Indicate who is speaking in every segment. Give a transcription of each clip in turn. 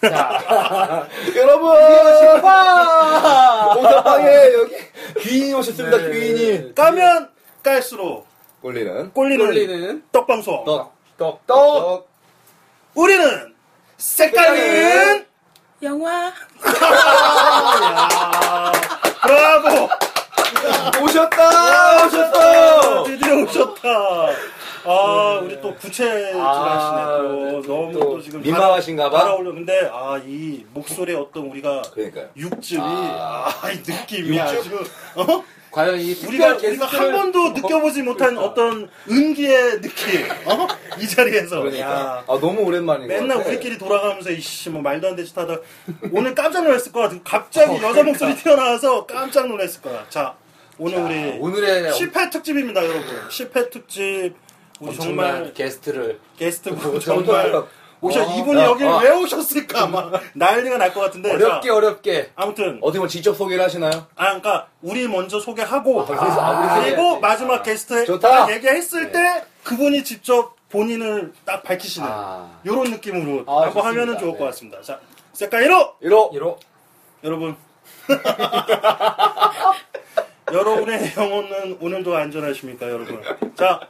Speaker 1: 자,
Speaker 2: 여러분
Speaker 1: 와!
Speaker 2: 공사방에 여기 귀인이 오셨습니다
Speaker 1: 네.
Speaker 2: 귀인이
Speaker 3: 까면 깔수록
Speaker 2: 원리는
Speaker 3: 꼴리는,
Speaker 1: 돌리는
Speaker 3: 떡방송.
Speaker 1: 떡떡떡
Speaker 3: 우리는 색깔은
Speaker 4: 영화
Speaker 3: 브라보.
Speaker 2: 오셨다
Speaker 3: 아,
Speaker 2: 오셨다
Speaker 3: 드디어 오셨다. 아 우리 또 구체
Speaker 1: 아,
Speaker 3: 질하시네 또
Speaker 1: 네,
Speaker 3: 너무
Speaker 1: 또
Speaker 3: 또, 지금
Speaker 2: 민망하신가 봐.
Speaker 3: 따라올려 근데 아 이 목소리 어떤 우리가
Speaker 2: 그러니까요
Speaker 3: 육즙이
Speaker 2: 아.
Speaker 3: 아이 느낌이
Speaker 2: 육즙?
Speaker 3: 아주 어?
Speaker 1: 과연 이 특별
Speaker 3: 우리가 우리가
Speaker 1: 게스트를
Speaker 3: 한 번도 느껴보지 못한 어떤 은기의 느낌 어? 이 자리에서
Speaker 2: 그러니까
Speaker 3: 야,
Speaker 2: 아 너무 네. 오랜만인 것
Speaker 3: 맨날
Speaker 1: 네.
Speaker 2: 같아.
Speaker 3: 우리끼리 돌아가면서 이씨 뭐 말도 안 되지 하다 오늘 깜짝 놀랐을 거야 갑자기
Speaker 1: 어,
Speaker 3: 여자 목소리
Speaker 1: 그러니까.
Speaker 3: 튀어나와서 깜짝 놀랐을 거야 자 오늘 우리
Speaker 1: 오늘의
Speaker 3: 10회 특집입니다 여러분 10회 특집 우리
Speaker 1: 어, 정말
Speaker 3: 정말
Speaker 1: 게스트를
Speaker 3: 게스트분 정말
Speaker 2: 정말
Speaker 3: 오셔
Speaker 1: 어,
Speaker 3: 이분이
Speaker 1: 어,
Speaker 3: 여기
Speaker 1: 어.
Speaker 3: 왜 오셨을까 막 난리가 날 것 같은데 네, 자,
Speaker 1: 어렵게 어렵게
Speaker 3: 아무튼
Speaker 2: 어떻게 보면 직접 소개를 하시나요?
Speaker 3: 아 그러니까 우리 먼저 소개하고
Speaker 1: 그래서 아, 우리
Speaker 3: 그리고
Speaker 1: 소개해야지. 네.
Speaker 3: 마지막 게스트
Speaker 2: 좋다.
Speaker 3: 딱 얘기했을 때 그분이 직접 본인을 딱 밝히시는
Speaker 1: 아.
Speaker 3: 이런 느낌으로
Speaker 1: 아,
Speaker 3: 하고
Speaker 1: 좋습니다.
Speaker 3: 하면은 좋을 것
Speaker 1: 네.
Speaker 3: 같습니다. 자, 색깔이로
Speaker 2: 이로
Speaker 1: 이로
Speaker 3: 여러분 여러분의 영혼은 오늘도 안전하십니까 여러분? 자,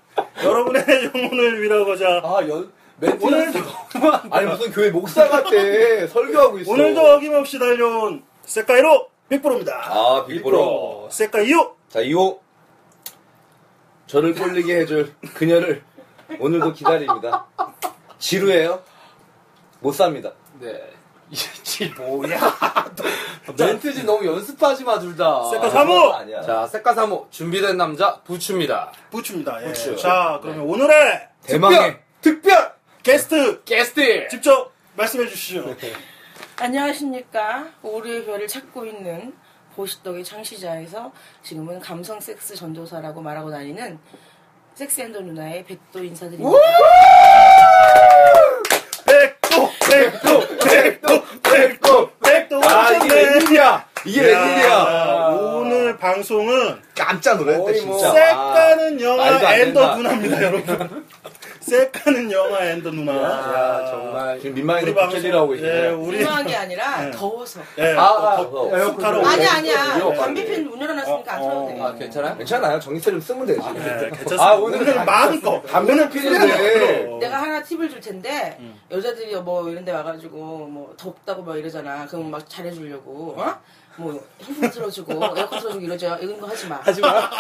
Speaker 3: 여러분의 영혼을 위로하고자
Speaker 1: 아연 멘트
Speaker 3: 오늘도
Speaker 2: 아니 무슨 교회 목사 같대 설교하고 있어
Speaker 3: 오늘도
Speaker 1: 아.
Speaker 3: 어김없이 달려온 색깔이로 빅브로입니다.
Speaker 2: 아 빅보로
Speaker 3: 색깔 이유
Speaker 2: 자 2호 저를 꼴리게 해줄 그녀를 오늘도 기다립니다 지루해요? 못 삽니다
Speaker 1: 네 이지 뭐야 멘트 지 너무 연습하지 마 둘다
Speaker 3: 색깔 3호
Speaker 2: 아니야
Speaker 1: 자 색깔 3호 준비된 남자 부추입니다 네.
Speaker 3: 부추입니다. 예.
Speaker 2: 부추.
Speaker 3: 자, 그러면 오늘의
Speaker 2: 대망의
Speaker 1: 특별
Speaker 3: 게스트
Speaker 1: 게스트
Speaker 3: 직접 말씀해 주시죠.
Speaker 2: 네.
Speaker 4: 안녕하십니까 오류의 별을 찾고 있는 보시떡의 창시자에서 지금은 감성 섹스 전도사라고 말하고 다니는 섹스앤더 누나의 백도 인사드립니다.
Speaker 3: 백도, 백도, 백도, 백도, 백도.
Speaker 2: 아 이게
Speaker 3: 오셨네.
Speaker 2: 웬일이야 이게
Speaker 3: 야,
Speaker 2: 웬일이야
Speaker 3: 오늘 방송은
Speaker 2: 깜짝 놀랐다
Speaker 1: 거의 뭐
Speaker 2: 진짜
Speaker 3: 아, 색가는
Speaker 2: 아, 말도
Speaker 3: 영화
Speaker 2: 안
Speaker 3: 앤더
Speaker 2: 된다.
Speaker 3: 누나입니다, 여러분. 색가는 영화 앤더 누나.
Speaker 1: 야 정말
Speaker 2: 지금 민망해서
Speaker 3: 우리
Speaker 2: 부채질 하고
Speaker 3: 방송. 예,
Speaker 2: 있네
Speaker 3: 우리.
Speaker 4: 유명한게 아니라 더워서.
Speaker 3: 예,
Speaker 1: 아,
Speaker 3: 또 덥-
Speaker 1: 아, 에어컨
Speaker 3: 습하러
Speaker 1: 좀-
Speaker 3: 오고.
Speaker 4: 아니
Speaker 1: 아니야,
Speaker 4: 아니야
Speaker 1: 어,
Speaker 4: 담배핀 문 네. 열어놨으니까 안
Speaker 3: 어,
Speaker 4: 쳐도
Speaker 1: 아
Speaker 4: 돼.
Speaker 1: 괜찮아요
Speaker 2: 괜찮아요 정기세 좀 쓰면 되지
Speaker 3: 예, 괜찮습니다.
Speaker 2: 아, 오늘은
Speaker 3: 오늘은 마음껏.
Speaker 2: 담배는 피는데
Speaker 4: 내가 하나 팁을 줄 텐데 여자들이 뭐 이런 데 와가지고 뭐 덥다고 막 이러잖아. 그럼 막 잘해주려고 어? 뭐 핸드폰 틀어주고 에어컨 틀어주고 이러죠. 이런 거 하지 마.
Speaker 1: 하지 마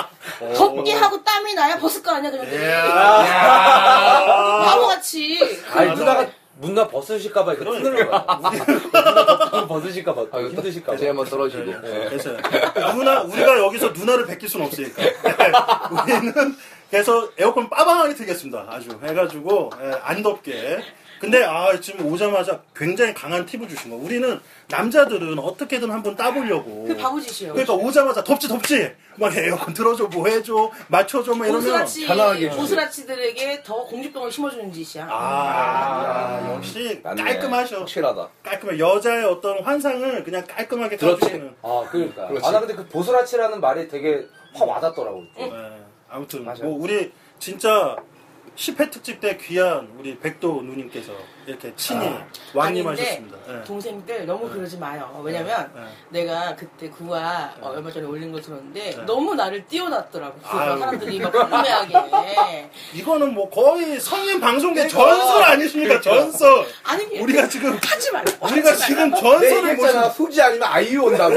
Speaker 4: 덥게 하고 땀이 나야 벗을 거 아니야 그런데 바보같이
Speaker 2: 그
Speaker 1: 아니 누나가 누나 벗으실까봐 이거 틀는 거야 누나 벗으실까봐
Speaker 2: 아,
Speaker 1: 힘드실까봐
Speaker 2: 다시 한번 떨어지고
Speaker 4: 네.
Speaker 3: 그래서 누나 우리가 여기서 누나를 베낄 수는 없으니까 네. 우리는 그래서 에어컨 빠방하게 틀겠습니다. 아주 해가지고 예, 안 덥게. 근데 아 지금 오자마자 굉장히 강한 팁을 주신 거. 우리는 남자들은 어떻게든 한번 따보려고.
Speaker 4: 그 바보짓이에요
Speaker 3: 그러니까 오자마자 덥지 덥지 막 에어컨 틀어줘 뭐 해줘 맞춰줘 뭐 이러면
Speaker 4: 고스라치
Speaker 2: 편하게 해주지.
Speaker 4: 고스라치들에게 더 공주병을 심어주는 짓이야
Speaker 3: 아, 역시
Speaker 2: 아, 맞네.
Speaker 3: 깔끔하셔
Speaker 2: 확실하다
Speaker 3: 깔끔해 여자의 어떤 환상을 그냥 깔끔하게
Speaker 2: 그렇지
Speaker 3: 가주시는
Speaker 1: 아 그러니까
Speaker 2: 그렇지.
Speaker 1: 아 나 근데 그 보스라치라는 말이 되게 확 와닿더라고
Speaker 3: 예, 아무튼
Speaker 1: 맞아요.
Speaker 3: 뭐 우리 진짜 10회 특집 때 귀한 우리 백도 누님께서 이렇게 친히
Speaker 2: 아,
Speaker 3: 왕림하셨습니다. 예.
Speaker 4: 음. 동생들 너무 그러지 마요 왜냐면
Speaker 3: 예.
Speaker 4: 내가 그때 구화 어, 얼마 전에 올린 걸 들었는데
Speaker 3: 네.
Speaker 4: 너무 나를 띄워놨더라고 그래서
Speaker 3: 아유.
Speaker 4: 사람들이 막 궁금해하게
Speaker 3: 이거는 뭐 거의 성인 방송계
Speaker 2: 그러니까.
Speaker 3: 전설 아니십니까? 전설.
Speaker 4: 아니
Speaker 3: 우리가 지금
Speaker 4: 하지 말라
Speaker 3: 우리가 지금 전설을
Speaker 2: 내얘기했잖아
Speaker 3: 모신
Speaker 2: 수지 아니면 아이유 온다고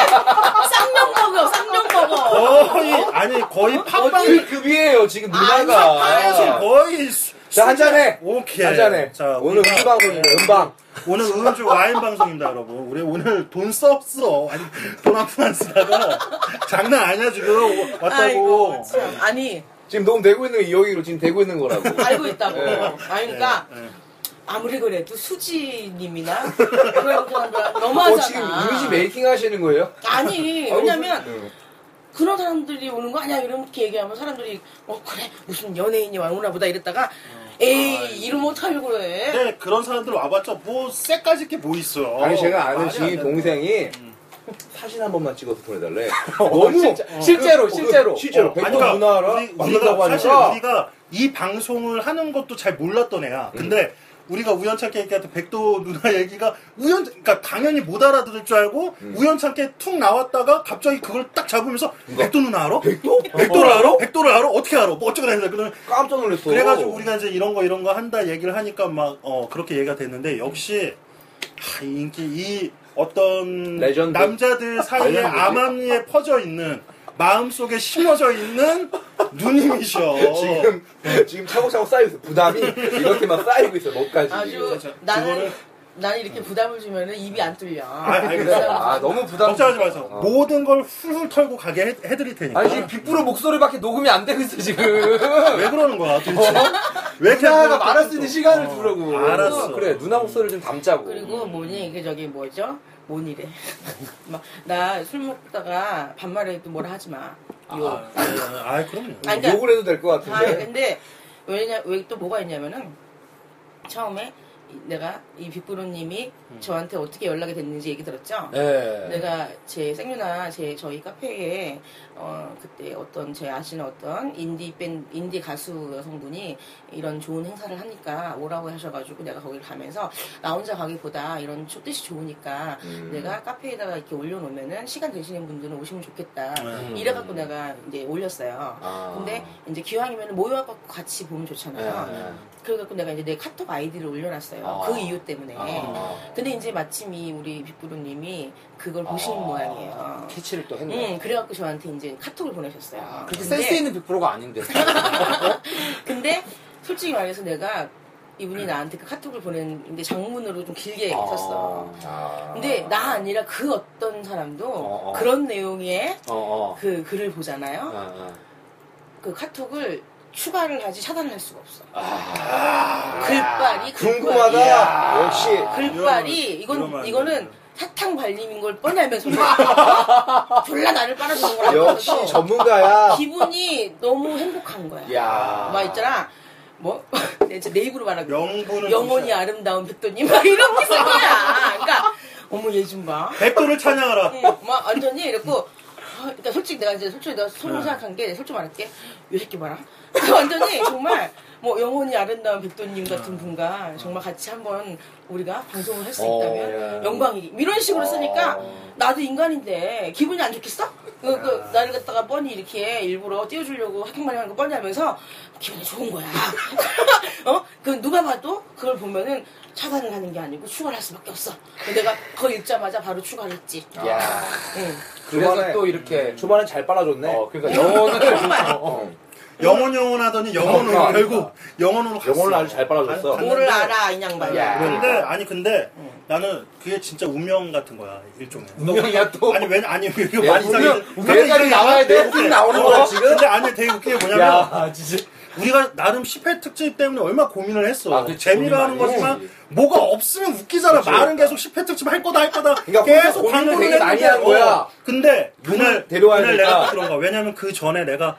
Speaker 4: 쌍명 먹어 쌍명 먹어
Speaker 3: 거의 아니 거의 팝방
Speaker 2: 그 급이에요 지금
Speaker 3: 에서
Speaker 2: 누나가
Speaker 3: 거의 수-
Speaker 2: 자 한잔해
Speaker 3: 오케이.
Speaker 2: 한잔해
Speaker 3: 자
Speaker 2: 오늘
Speaker 3: 우리가-
Speaker 2: 음방송이에 음방
Speaker 3: 오늘 음주 와인 방송입니다, 여러분. 우리 오늘 돈 썼어. 아니, 돈 한 푼 안 쓰다가 장난 아니야 지금 왔다고. 네,
Speaker 4: 아이고 참 아니
Speaker 2: 지금 너무 되고 있는 게 여기로 지금 되고 있는 거라고
Speaker 4: 알고 있다고
Speaker 2: 예.
Speaker 4: 아니 그러니까
Speaker 3: 예, 예.
Speaker 4: 아무리 그래도 수지님이나 그런 사람들 너무하잖아.
Speaker 2: 어, 지금 이미지 메이킹 하시는 거예요?
Speaker 4: 아니 왜냐면
Speaker 2: 응.
Speaker 4: 그런 사람들이 오는 거 아니야 이렇게 얘기하면 사람들이 어 그래 무슨 연예인이 와오나 보다 이랬다가 에이 이름 못하려고 그래.
Speaker 3: 근데 네, 그런 사람들 와봤자 뭐 쎄까지 이렇게 뭐 있어.
Speaker 2: 아니 제가 아는
Speaker 3: 말이 안 음.
Speaker 2: 지인
Speaker 3: 된다.
Speaker 2: 동생이 사진 한 번만 찍어서 보내달래. 너무
Speaker 1: 진짜. 실제로, 실제로.
Speaker 2: 그, 실제로 어, 백도
Speaker 3: 그러니까
Speaker 2: 누나라
Speaker 3: 우리- 우리가
Speaker 2: 만난다고
Speaker 3: 사실
Speaker 2: 하니까 음.
Speaker 3: 우리가 이 방송을 하는 것도 잘 몰랐던 애야. 근데 우리가 우연찮게 얘기했던 백도 누나 얘기가 우연, 그러니까 당연히 못 알아들을 줄 알고
Speaker 2: 음.
Speaker 3: 우연찮게 툭 나왔다가 갑자기 그걸 딱 잡으면서 백도 누나 알아?
Speaker 2: 백도? 어.
Speaker 3: 백도를 알아? 백도를 알아? 어떻게 알아? 뭐 어쩌고 다니는 그러면
Speaker 2: 깜짝 놀랐어.
Speaker 3: 그래가지고 우리가 이제 이런 거 이런 거 한다 얘기를 하니까 막 어, 그렇게 얘기가 됐는데 역시 하, 이 인기 이 어떤
Speaker 1: 레전드.
Speaker 3: 남자들 사이에
Speaker 1: 레전드.
Speaker 3: 암암리에 퍼져 있는 마음속에 심어져 있는 누님이셔.
Speaker 2: 지금 지금 차곡차곡 쌓여있어. 부담이 이렇게만 쌓이고 있어. 목까지.
Speaker 4: 아주
Speaker 3: 저-
Speaker 4: 나는
Speaker 3: 저거는-
Speaker 4: 나는 이렇게 부담을 주면은 입이 안 뚫려.
Speaker 3: 알겠어요.
Speaker 1: 아 너무 부담.
Speaker 3: 걱정하지 마세요.
Speaker 1: 어.
Speaker 3: 모든 걸 훌훌 털고 가게 해, 해드릴 테니까.
Speaker 1: 아니 지금 빅브로 목소리밖에 녹음이 안 되고 있어 지금.
Speaker 3: 왜 그러는 거야 도대체? 왜 이렇게
Speaker 1: 누나가
Speaker 3: 그걸
Speaker 1: 말할 수
Speaker 3: 또-
Speaker 1: 있는 시간을
Speaker 3: 어,
Speaker 1: 주라고.
Speaker 3: 알았어.
Speaker 1: 그래 누나 목소리를 좀 담자고.
Speaker 2: 음,
Speaker 4: 그리고 뭐니 이게 저기 뭐죠? 뭔이래. 막 나 술 먹다가 반말해도 뭐라 하지 마. 요.
Speaker 3: 아, 아, 아, 그럼요.
Speaker 4: 아, 그러니까-
Speaker 2: 욕을 해도 될 것
Speaker 4: 아
Speaker 2: 같은데.
Speaker 4: 근데 왜냐 왜 또 뭐가 있냐면은 처음에 이- 내가 이 빅브로님이 저한테 어떻게 연락이 됐는지 얘기 들었죠.
Speaker 2: 예.
Speaker 1: 네.
Speaker 4: 내가 제 생유나 제 저희 카페에 어 그때 어떤 제 아시는 어떤 인디 밴 인디 가수 여성분이 이런 좋은 행사를 하니까 오라고 하셔가지고 내가 거기를 가면서 나 혼자 가기보다 이런 조- 뜻이 좋으니까
Speaker 2: 음.
Speaker 4: 내가 카페에다가 이렇게 올려놓으면은 시간 되시는 분들은 오시면 좋겠다
Speaker 3: 음.
Speaker 4: 이래갖고 내가 이제 올렸어요.
Speaker 1: 아.
Speaker 4: 근데 이제 기왕이면 모여갖고 같이 보면 좋잖아요.
Speaker 1: 네.
Speaker 4: 그래갖고 내가 이제 내 카톡 아이디를 올려놨어요.
Speaker 1: 아.
Speaker 4: 그 이유 때문에.
Speaker 1: 아.
Speaker 4: 근데 이제 마침 이 우리 빅부루님이 그걸 보시는
Speaker 1: 아.
Speaker 4: 모양이에요.
Speaker 1: 캐치를 또 했네.
Speaker 4: 응, 그래갖고 저한테 이제 카톡을 보내셨어요.
Speaker 1: 아, 그렇게
Speaker 4: 근데-
Speaker 1: 센스 있는 빅브로가 아닌데.
Speaker 4: 근데 솔직히 말해서 내가 이분이 나한테 그 카톡을 보냈는데 장문으로 좀 길게
Speaker 1: 아.
Speaker 4: 썼어.
Speaker 2: 아.
Speaker 4: 근데 나 아니라 그 어떤 사람도
Speaker 1: 어, 어.
Speaker 4: 그런 내용의
Speaker 1: 어, 어.
Speaker 4: 그 글을 보잖아요.
Speaker 1: 어,
Speaker 4: 그 카톡을 추가를 하지 차단을 할 수가 없어.
Speaker 1: 어.
Speaker 4: 글빨이
Speaker 2: 궁금하다.
Speaker 4: 글빨이.
Speaker 2: 역시.
Speaker 4: 글빨이
Speaker 3: 이런 말,
Speaker 4: 이건
Speaker 3: 이런 말.
Speaker 4: 이거는 사탕 발림인 걸 뻔히 알면서 어? 졸라 나를 빨아주는 거라
Speaker 2: 역시
Speaker 1: 어.
Speaker 4: 그러면서
Speaker 2: 전문가야.
Speaker 4: 기분이 너무 행복한 거야.
Speaker 1: 아,
Speaker 2: 야.
Speaker 4: 막 있잖아. 뭐, 내, 진짜 내 입으로 말하면
Speaker 3: 명분을
Speaker 4: 영혼이
Speaker 3: 주셔야-
Speaker 4: 아름다운 백도님 막 이런 게 있을 거야. 그러니까 어머 얘 좀 봐.
Speaker 3: 백도를
Speaker 1: 어.
Speaker 3: 찬양하라.
Speaker 4: 응, 막 완전히 예, 뭐, 이랬고 아, 그러니까 솔직히 내가 이제 솔직히 내가 속으로
Speaker 1: 네.
Speaker 4: 생각한 게 솔직히 말할게 요 새끼 봐라 완전히 정말 뭐 영혼이 아름다운 백도님 같은 분과 정말 같이 한번 우리가 방송을 할 수
Speaker 1: 어,
Speaker 4: 있다면
Speaker 1: 예. 어.
Speaker 4: 영광이 이런 식으로 쓰니까 나도 인간인데 기분이 안 좋겠어? 그, 그
Speaker 1: 아.
Speaker 4: 나를 갖다가 뻔히 이렇게 일부러 띄워주려고 하킹만 하는 거 뻔히 하면서 기분이 좋은 거야 어? 그 누가 봐도 그걸 보면은 차단을 하는 게 아니고 추가를 할 수밖에 없어 내가 그거 읽자마자 바로 추가를 했지
Speaker 1: 야.
Speaker 4: 응.
Speaker 1: 그래서
Speaker 2: 그만해.
Speaker 1: 또 이렇게.
Speaker 2: 음. 초반엔 잘 빨아줬네.
Speaker 1: 어, 그러니까 영혼을. 어, 어.
Speaker 3: 영혼 영혼 하더니 영혼으로
Speaker 1: 어,
Speaker 3: 결국 영혼으로 갔어.
Speaker 2: 영혼을 아주 잘 빨아줬어.
Speaker 3: 갔는데-
Speaker 4: 뭐를 알아 이 양반.
Speaker 1: 야. 그러니까.
Speaker 3: 근데 아니 근데 나는 그게 진짜 운명 같은 거야 일종의.
Speaker 1: 운명이야, 또.
Speaker 3: 아니 왜 아니 이거
Speaker 1: 야,
Speaker 3: 많이
Speaker 1: 운명,
Speaker 3: 이상해.
Speaker 1: 운명까지 나와야 돼?
Speaker 2: 웃음 나오는 거야, 지금?
Speaker 3: 어? 근데 아니 되게 웃긴 게 뭐냐면
Speaker 2: 아,
Speaker 1: 야, 진짜.
Speaker 3: 우리가 나름 10회 특집 때문에 얼마 나 고민을 했어.
Speaker 1: 아, 그치.
Speaker 3: 재미라는
Speaker 1: 고민 많이
Speaker 3: 거지만
Speaker 1: 했지.
Speaker 3: 뭐가 없으면 웃기잖아. 말은 계속 10회 특집 할 거다 할 거다.
Speaker 2: 그러니까 혼자 고민을 되게 많이 한
Speaker 3: 어,
Speaker 2: 거야.
Speaker 3: 근데 그날
Speaker 2: 데려와야
Speaker 3: 그날
Speaker 2: 되니까.
Speaker 3: 내가 그런 거야. 왜냐면 그 전에 내가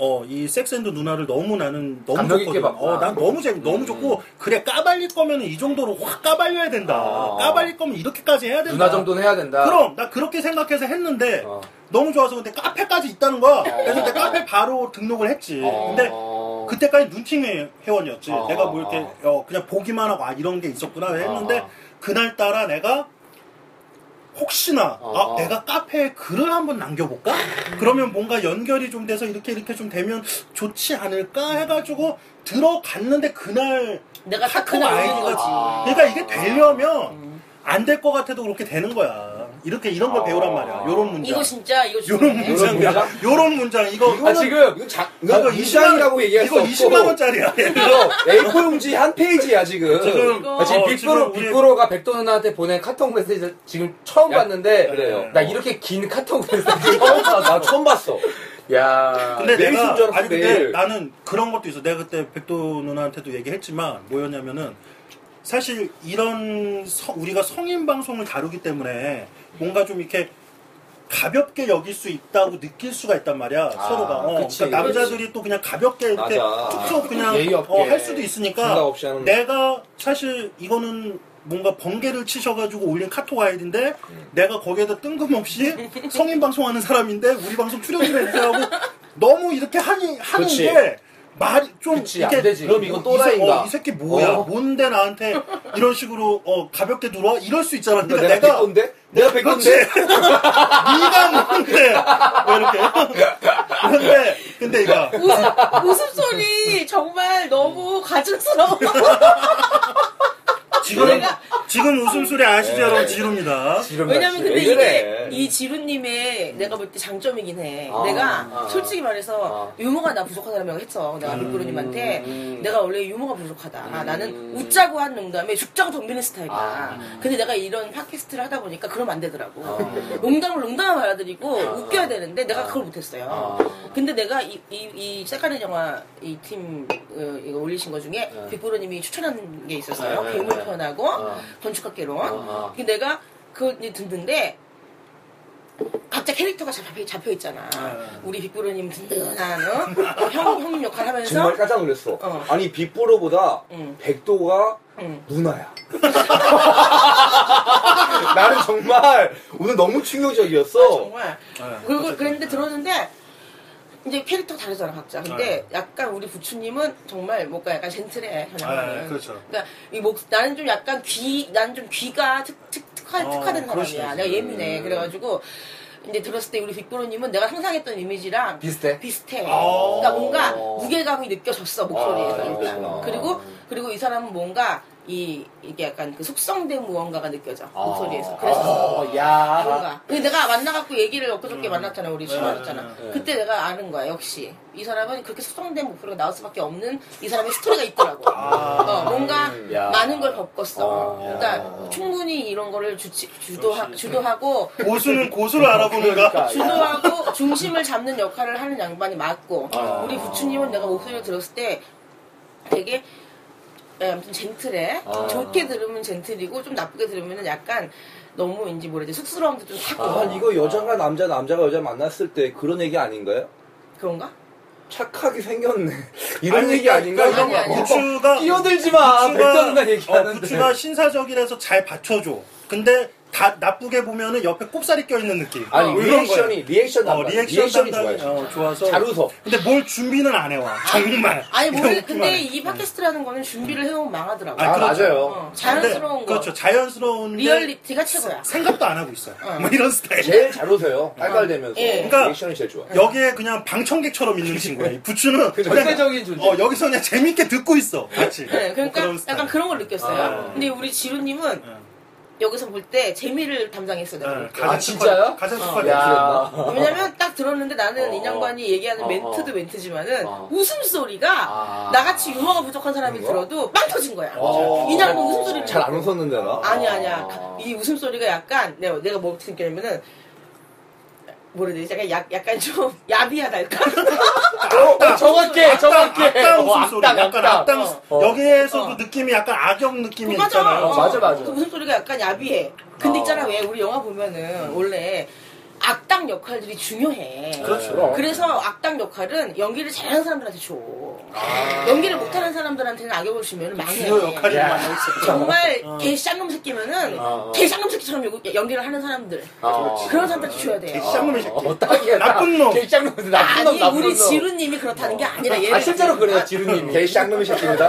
Speaker 3: 어 이 섹스앤드 누나를 너무 나는 너무
Speaker 1: 감명 있게
Speaker 3: 좋거든.
Speaker 1: 봤구나.
Speaker 3: 어난 너무 재미 너무 좋고 그래 까발릴 거면 이 정도로 확 까발려야 된다.
Speaker 1: 아.
Speaker 3: 까발릴 거면 이렇게까지 해야 된다.
Speaker 1: 누나 정도는 해야 된다.
Speaker 3: 그럼 나 그렇게 생각해서 했는데
Speaker 1: 어.
Speaker 3: 너무 좋아서 근데 카페까지 있다는 거야. 그래서 내 카페 바로 등록을 했지.
Speaker 1: 어.
Speaker 3: 근데 그때까지 눈팅 회원이었지.
Speaker 1: 어.
Speaker 3: 내가 뭐 이렇게 어, 그냥 보기만 하고 아 이런 게 있었구나 했는데
Speaker 1: 어.
Speaker 3: 그날 따라 내가 혹시나
Speaker 1: 어.
Speaker 3: 아 내가 카페에 글을 한번 남겨볼까? 그러면 뭔가 연결이 좀 돼서 이렇게 이렇게 좀 되면 좋지 않을까 해가지고 들어갔는데 그날
Speaker 4: 내가 딱
Speaker 3: 카톡
Speaker 4: 그러니까 그날
Speaker 3: 아이디가
Speaker 4: 올린 거지.
Speaker 1: 아.
Speaker 3: 그러니까 이게 되려면 안 될 것 같아도 그렇게 되는 거야. 이렇게 이런 걸
Speaker 1: 아.
Speaker 3: 배우란 말이야. 요런 문장.
Speaker 4: 이거 진짜 이거
Speaker 3: 요런
Speaker 4: 중요해.
Speaker 1: 문제-
Speaker 3: 문장. 요런 문장. 이거
Speaker 1: 아, 지금. 아,
Speaker 2: 이거 자,
Speaker 3: 나
Speaker 2: 이거 이상이라고 얘기할 수
Speaker 3: 이거
Speaker 2: 없고.
Speaker 3: 20만 원짜리야.
Speaker 2: 이거 A4 용지 한 페이지야 지금.
Speaker 3: 지금
Speaker 1: 아, 지금
Speaker 3: 어,
Speaker 1: 빅브로,
Speaker 3: 우리-
Speaker 1: 빅브로가 백도 누나한테 보낸 카톡 메시지 지금 처음
Speaker 2: 야,
Speaker 1: 봤는데.
Speaker 2: 그래요.
Speaker 1: 나 이렇게 긴 카톡 메시지.
Speaker 2: 처음 봤어. 나 처음 봤어.
Speaker 1: 야.
Speaker 3: 근데
Speaker 2: 내일
Speaker 3: 내가
Speaker 2: 쓴줄 알았어,
Speaker 3: 아니 근데
Speaker 2: 내일.
Speaker 3: 나는 그런 것도 있어. 내가 그때 백도 누나한테도 얘기했지만 뭐였냐면은 사실 이런 서- 우리가 성인 방송을 다루기 때문에 뭔가 좀 이렇게 가볍게 여길 수 있다고 느낄 수가 있단 말이야 서로가 어,
Speaker 1: 그치,
Speaker 3: 그러니까 남자들이 또 그냥 가볍게 이렇게
Speaker 2: 맞아.
Speaker 3: 툭툭 그냥
Speaker 1: 예의 없게.
Speaker 3: 어, 할 수도 있으니까
Speaker 2: 생각 없이 하는
Speaker 3: 내가 사실 이거는 뭔가 번개를 치셔가지고 올린 카톡 아이디인데
Speaker 1: 음.
Speaker 3: 내가 거기에다 뜬금없이 성인 방송하는 사람인데 우리 방송 출연을 해주라고 너무 이렇게 하니 하는
Speaker 1: 그치.
Speaker 3: 게 말이 좀
Speaker 1: 그치, 안 되지. 그럼 이건 또라이인가?
Speaker 3: 이, 새- 어, 이 새끼 뭐야?
Speaker 1: 어.
Speaker 3: 뭔데 나한테 이런 식으로 어, 가볍게 놀아? 이럴 수 있잖아.
Speaker 1: 그러니까
Speaker 3: 근데
Speaker 2: 내가
Speaker 3: 내가
Speaker 2: 백건데? 내가 백건데?
Speaker 3: 네가 뭔데? 뭐 이렇게. 근데 근데 이거
Speaker 4: 웃음, 웃음소리 정말 너무 가증스러워.
Speaker 3: 지금
Speaker 4: 내가-
Speaker 3: 지금 웃음소리 아시죠, 여러분? 지루입니다.
Speaker 4: 왜냐면 근데
Speaker 1: 왜
Speaker 4: 이게
Speaker 1: 그래?
Speaker 4: 이 지루님의 내가 볼 때 장점이긴 해.
Speaker 1: 아,
Speaker 4: 내가
Speaker 1: 아.
Speaker 4: 솔직히 말해서
Speaker 1: 아.
Speaker 4: 유머가 나 부족한 사람이라고 했어. 내가 빅그루님한테
Speaker 1: 음.
Speaker 4: 내가 원래 유머가 부족하다. 아, 나는 웃자고 한 농담에 죽자고 덤비는 스타일이다.
Speaker 1: 아.
Speaker 4: 근데 내가 이런 팟캐스트를 하다 보니까 그러면 안 되더라고.
Speaker 1: 아.
Speaker 4: 농담을 농담을 받아들이고
Speaker 1: 아.
Speaker 4: 웃겨야 되는데 내가 그걸 못했어요.
Speaker 1: 아.
Speaker 4: 근데 내가 이, 이, 이 색깔의 영화 이 팀 어, 이거 올리신 거 중에
Speaker 1: 네.
Speaker 4: 빅그루님이 추천한 게 있었어요.
Speaker 1: 네, 네, 네.
Speaker 4: 괴물편하고
Speaker 1: 아.
Speaker 4: 건축학개론.
Speaker 1: 아.
Speaker 4: 근데 내가 그걸 이제 듣는데 각자 캐릭터가 잡혀, 잡혀 있잖아.
Speaker 3: 아.
Speaker 4: 우리 빅브로님 든든한 어? 어, 형, 형 역할 하면서
Speaker 2: 정말 깜짝 놀랐어.
Speaker 4: 어.
Speaker 2: 아니 빗보로보다
Speaker 4: 응.
Speaker 2: 백도가
Speaker 4: 응.
Speaker 2: 누나야. 나는 정말 오늘 너무 충격적이었어.
Speaker 4: 정말
Speaker 3: 예.
Speaker 4: 그리고
Speaker 3: 어.
Speaker 4: 그랬는데 들었는데 이제 캐릭터 다르잖아 각자.
Speaker 3: 예.
Speaker 4: 근데 약간 우리 부추님은 정말 뭔가 약간 젠틀해 현양만은.
Speaker 3: 아, 그렇죠.
Speaker 4: 그러니까 이목 나는 좀 약간 귀 나는 좀 귀가 특특 특화
Speaker 3: 어,
Speaker 4: 특화된
Speaker 3: 그럴 음. 수
Speaker 4: 사람이야.
Speaker 3: 있지.
Speaker 4: 내가 예민해. 그래가지고 이제 들었을 때 우리 빅브로님은 내가 상상했던 이미지랑
Speaker 1: 비슷해?
Speaker 4: 비슷해.
Speaker 3: 아.
Speaker 4: 그러니까 뭔가 무게감이 느껴졌어 목소리에서
Speaker 1: 아,
Speaker 4: 일단.
Speaker 1: 그렇구나.
Speaker 3: 어.
Speaker 4: 그리고 그리고 이 사람은 뭔가 이 이게 약간 그 속성된 무언가가 느껴져
Speaker 3: 아.
Speaker 4: 목소리에서. 그래서
Speaker 1: 어, 야.
Speaker 4: 뭔가. 근데 내가 만나갖고 얘기를 엊그저께 만났잖아 우리
Speaker 3: 네,
Speaker 4: 친구였잖아.
Speaker 1: 네, 네.
Speaker 4: 그때 내가 아는 거야 역시 이 사람은 그렇게 속성된 목소리가 나올 수밖에 없는 이 사람의 스토리가 있더라고.
Speaker 3: 아.
Speaker 4: 어, 뭔가
Speaker 1: 야.
Speaker 4: 많은 걸 겪었어.
Speaker 1: 어,
Speaker 4: 그러니까
Speaker 1: 야.
Speaker 4: 충분히 이런 거를 주치, 주도하,
Speaker 3: 역시.
Speaker 4: 주도하고
Speaker 3: 고수는 고수를 알아보는가?
Speaker 1: 그러니까.
Speaker 4: 주도하고 중심을 잡는 역할을 하는 양반이 맞고
Speaker 1: 아.
Speaker 4: 우리 부추님은 내가 목소리를 들었을 때 되게 예, 아무튼 젠틀해
Speaker 1: 아.
Speaker 4: 좋게 들으면 젠틀이고 좀 나쁘게 들으면 약간 너무 인지 모르지 쑥스러움도 좀 타고
Speaker 2: 아, 이거 여자가 남자, 남자가 여자 만났을 때 그런 얘기 아닌가요?
Speaker 4: 그런가?
Speaker 2: 착하게 생겼네. 이런
Speaker 3: 아니, 그러니까
Speaker 2: 얘기 아닌가?
Speaker 4: 아니,
Speaker 2: 이런 거.
Speaker 4: 아니, 아니.
Speaker 3: 고추가
Speaker 1: 끼어들지 마. 백도 누나
Speaker 3: 어,
Speaker 1: 얘기하는데.
Speaker 3: 부추가 신사적이라서 잘 받쳐줘. 근데 다 나쁘게 보면은 옆에 꼽살이 껴있는 느낌.
Speaker 2: 아니,
Speaker 3: 뭐 이런 거야.
Speaker 2: 리액션이, 리액션
Speaker 3: 어,
Speaker 2: 담당.
Speaker 3: 리액션,
Speaker 2: 리액션이
Speaker 3: 담당이
Speaker 2: 좋아요.
Speaker 3: 어, 좋아서.
Speaker 2: 잘 웃어.
Speaker 3: 근데 뭘 준비는 안 해와. 정말.
Speaker 4: 아니
Speaker 3: 이런
Speaker 4: 모르
Speaker 3: 것만
Speaker 4: 근데
Speaker 3: 해.
Speaker 4: 이 팟캐스트라는 거는 준비를 해오면 망하더라고
Speaker 3: 아,
Speaker 4: 요 어,
Speaker 3: 그렇죠.
Speaker 2: 맞아요.
Speaker 4: 자연스러운
Speaker 3: 근데
Speaker 4: 거
Speaker 3: 그렇죠. 자연스러운.
Speaker 4: 리얼리티가 최고야
Speaker 3: 생각도 안 하고 있어요.
Speaker 4: 어.
Speaker 3: 뭐 이런 스타일.
Speaker 2: 제일 잘 웃어요. 깔깔대면서.
Speaker 4: 예.
Speaker 3: 그러니까-
Speaker 2: 리액션이 제일 좋아.
Speaker 3: 여기에 그냥 방청객처럼 있는 친구야. 이 부추는. 그냥,
Speaker 1: 절대적인 존재.
Speaker 3: 어, 여기서 그냥 재밌게 듣고 있어. 같이.
Speaker 4: 네, 그러니까
Speaker 3: 뭐 그런 스타일.
Speaker 4: 약간 그런 걸 느꼈어요
Speaker 3: 아.
Speaker 4: 근데 우리 지루님은
Speaker 3: 네.
Speaker 4: 여기서 볼 때 재미를 담당했어 내가 볼 때.
Speaker 3: 가장
Speaker 1: 아,
Speaker 3: 특화-
Speaker 1: 진짜요?
Speaker 3: 가장
Speaker 4: 어.
Speaker 3: 특화된
Speaker 1: 야.
Speaker 3: 네.
Speaker 4: 왜냐면 딱 들었는데 나는
Speaker 1: 어,
Speaker 4: 인양반이 얘기하는
Speaker 1: 어,
Speaker 4: 멘트도
Speaker 1: 어.
Speaker 4: 멘트지만은
Speaker 1: 어.
Speaker 4: 웃음소리가
Speaker 1: 아.
Speaker 4: 나같이 유머가 부족한 사람이 들어도 빵 터진 거야.
Speaker 1: 어.
Speaker 4: 인양반 웃음소리를
Speaker 2: 잘 안 웃었는데, 나.
Speaker 4: 아니 아니야.
Speaker 1: 어.
Speaker 4: 이 웃음소리가 약간 내가 내가 뭐 어떻게 느끼냐면은 뭐라 해야 되지? 약간 약, 약간 좀 야비하달까?
Speaker 1: 어, 정확해, 정확해.
Speaker 3: 악당
Speaker 1: 어,
Speaker 3: 웃음소리
Speaker 1: 악당,
Speaker 3: 약간
Speaker 1: 악당.
Speaker 3: 악당
Speaker 1: 어.
Speaker 3: 여기에서도
Speaker 4: 어.
Speaker 3: 느낌이 약간 악역 느낌이
Speaker 4: 맞아.
Speaker 3: 있잖아요
Speaker 4: 어,
Speaker 1: 맞아, 맞아.
Speaker 4: 그 웃음소리가 약간 야비해. 근데
Speaker 1: 어.
Speaker 4: 있잖아 왜 우리 영화 보면은 원래 악당 역할들이 중요해. 어.
Speaker 1: 그렇죠.
Speaker 4: 그래서 악당 역할은 연기를 잘하는 사람들한테 줘.
Speaker 1: 아.
Speaker 4: 연기를 못하는 사람들한테는 악역을 주면 망해.
Speaker 3: 주요 역할이
Speaker 1: 야.
Speaker 3: 많이 있어요
Speaker 4: 정말
Speaker 3: 어.
Speaker 4: 개 쌍놈 새끼면은
Speaker 1: 어, 어.
Speaker 4: 개 쌍놈 새끼처럼 요- 연기를 하는 사람들
Speaker 1: 어.
Speaker 4: 그런 사람들한테 줘야 돼요.
Speaker 3: 개 쌍놈의 새끼.
Speaker 1: 어, 딱이야.
Speaker 3: 나쁜 놈.
Speaker 1: 개짱 놈, 나쁜 놈,
Speaker 4: 아니
Speaker 1: 나쁜
Speaker 4: 우리
Speaker 1: 놈.
Speaker 4: 지루님이 그렇다는 게 아니라 얘를
Speaker 1: 아, 실제로 그래요, 지루님이.
Speaker 2: 개쌍놈의 새끼입니다.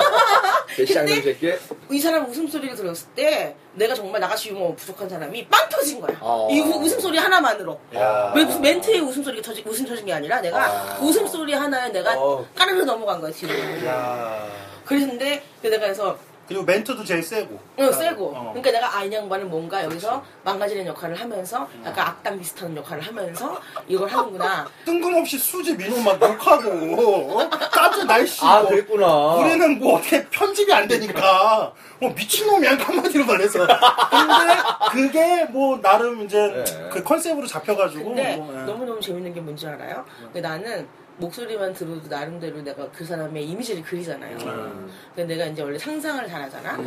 Speaker 2: 개쌍놈의 새끼.
Speaker 4: 이 사람 웃음소리를 들었을 때 내가 정말 나가시 유머 부족한 사람이 빵 터진 거야.
Speaker 1: 어.
Speaker 4: 이 우- 웃음소리 하나만으로.
Speaker 3: 예.
Speaker 1: 야.
Speaker 4: 왜 무슨 멘트에 웃음소리가 터지, 웃음 터진 게 아니라 내가
Speaker 1: 아.
Speaker 4: 웃음소리 하나에 내가
Speaker 2: 어.
Speaker 4: 까르르 넘어간 거야, 뒤로.
Speaker 3: 야.
Speaker 4: 그랬는데 내가 그래서
Speaker 3: 그리고 멘트도 제일 세고
Speaker 4: 응, 세고.
Speaker 3: 어.
Speaker 4: 그러니까 내가 아, 이 양반은 뭔가 여기서 망가지는 역할을 하면서 약간 악당 비슷한 역할을 하면서 이걸 하는구나.
Speaker 3: 뜬금없이 수지 민호 막 욕하고 어? 까짜 날씨
Speaker 2: 아,
Speaker 3: 뭐.
Speaker 2: 그랬구나.
Speaker 3: 우리는 뭐 어떻게 편집이 안 되니까 어, 미친놈이야 한마디로 말해서 근데 그게 뭐 나름 이제
Speaker 2: 네.
Speaker 3: 그 컨셉으로 잡혀가지고
Speaker 4: 근데
Speaker 3: 뭐, 예.
Speaker 4: 네. 너무너무 재밌는 게 뭔지 알아요? 근데 나는 목소리만 들어도 나름대로 내가 그 사람의 이미지를 그리잖아요. 근데 내가 이제 원래 상상을 잘하잖아?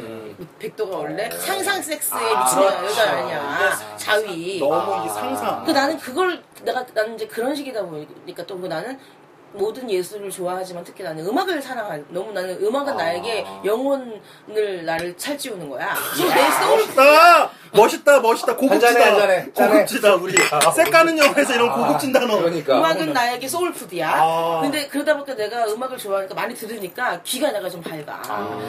Speaker 4: 백도가 원래 상상 섹스에 미친
Speaker 1: 그렇죠.
Speaker 4: 여자 아니야.
Speaker 3: 그래서
Speaker 4: 자위.
Speaker 3: 너무 이 상상
Speaker 4: 그 나는 그걸 내가 나는 이제 그런 식이다 보니까 또그 뭐 나는 모든 예술을 좋아하지만 특히 나는 음악을 사랑한 너무 나는 음악은
Speaker 1: 아.
Speaker 4: 나에게 영혼을 나를 찰지우는 거야. 그래서 내 소울
Speaker 3: 아! 멋있다 멋있다 고급지다
Speaker 1: 한잔해, 한잔해, 한잔해.
Speaker 3: 고급지다 우리 색 가는 영화에서 이런 고급진 단어
Speaker 2: 그러니까.
Speaker 4: 음악은 나에게 소울푸드야.
Speaker 3: 아.
Speaker 4: 근데 그러다 보니까 내가 음악을 좋아하니까 많이 들으니까 귀가 내가 좀 밝아.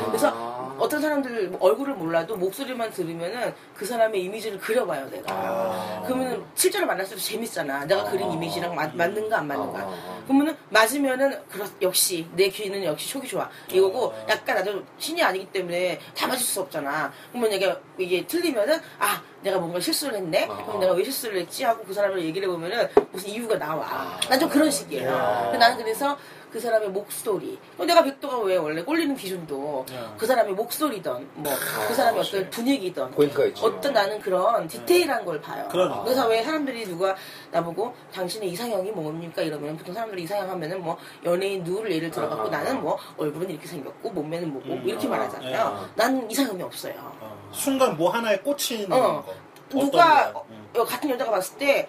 Speaker 4: 그래서 어떤 사람들 얼굴을 몰라도 목소리만 들으면은 그 사람의 이미지를 그려봐요, 내가.
Speaker 2: 아.
Speaker 4: 그러면 실제로 만났을 때 재밌잖아. 내가 그린 이미지랑 맞, 맞는가 안 맞는가. 그러면은 맞으면은 그렇 역시 내 귀는 역시 촉이 좋아 이거고 약간 나도 신이 아니기 때문에 다 맞을 수 없잖아. 그러면 이게 이게 틀리면은 아 내가 뭔가 실수를 했네. 그럼 내가 왜 실수를 했지 하고 그 사람을 얘기를 해보면은 무슨 이유가 나와. 난 좀 그런 식이에요. 그래서 나는 그래서 그 사람의 목소리. 그럼 내가 백도가 왜 원래 꼴리는 기준도 그 사람의 목소리든 뭐 그 사람의 어떤 분위기든
Speaker 2: 포인트가 있지.
Speaker 4: 어떤 나는 그런 디테일한 걸 봐요.
Speaker 3: 그렇죠. 그러니까.
Speaker 4: 그래서 왜 사람들이 누가 나보고 당신의 이상형이 뭡니까 이러면 보통 사람들이 이상형 하면은 뭐 연예인 누구를 예를 들어갖고 나는 뭐 얼굴은 이렇게 생겼고 몸매는 뭐고
Speaker 3: 아, 음,
Speaker 4: 이렇게
Speaker 3: 아,
Speaker 4: 말하잖아요. 난 이상형이 없어요.
Speaker 3: 어, 순간 뭐 하나에 꽂히는
Speaker 4: 어.
Speaker 3: 거 어떤
Speaker 4: 누가
Speaker 3: 거야? 음.
Speaker 4: 어, 같은 여자가 봤을 때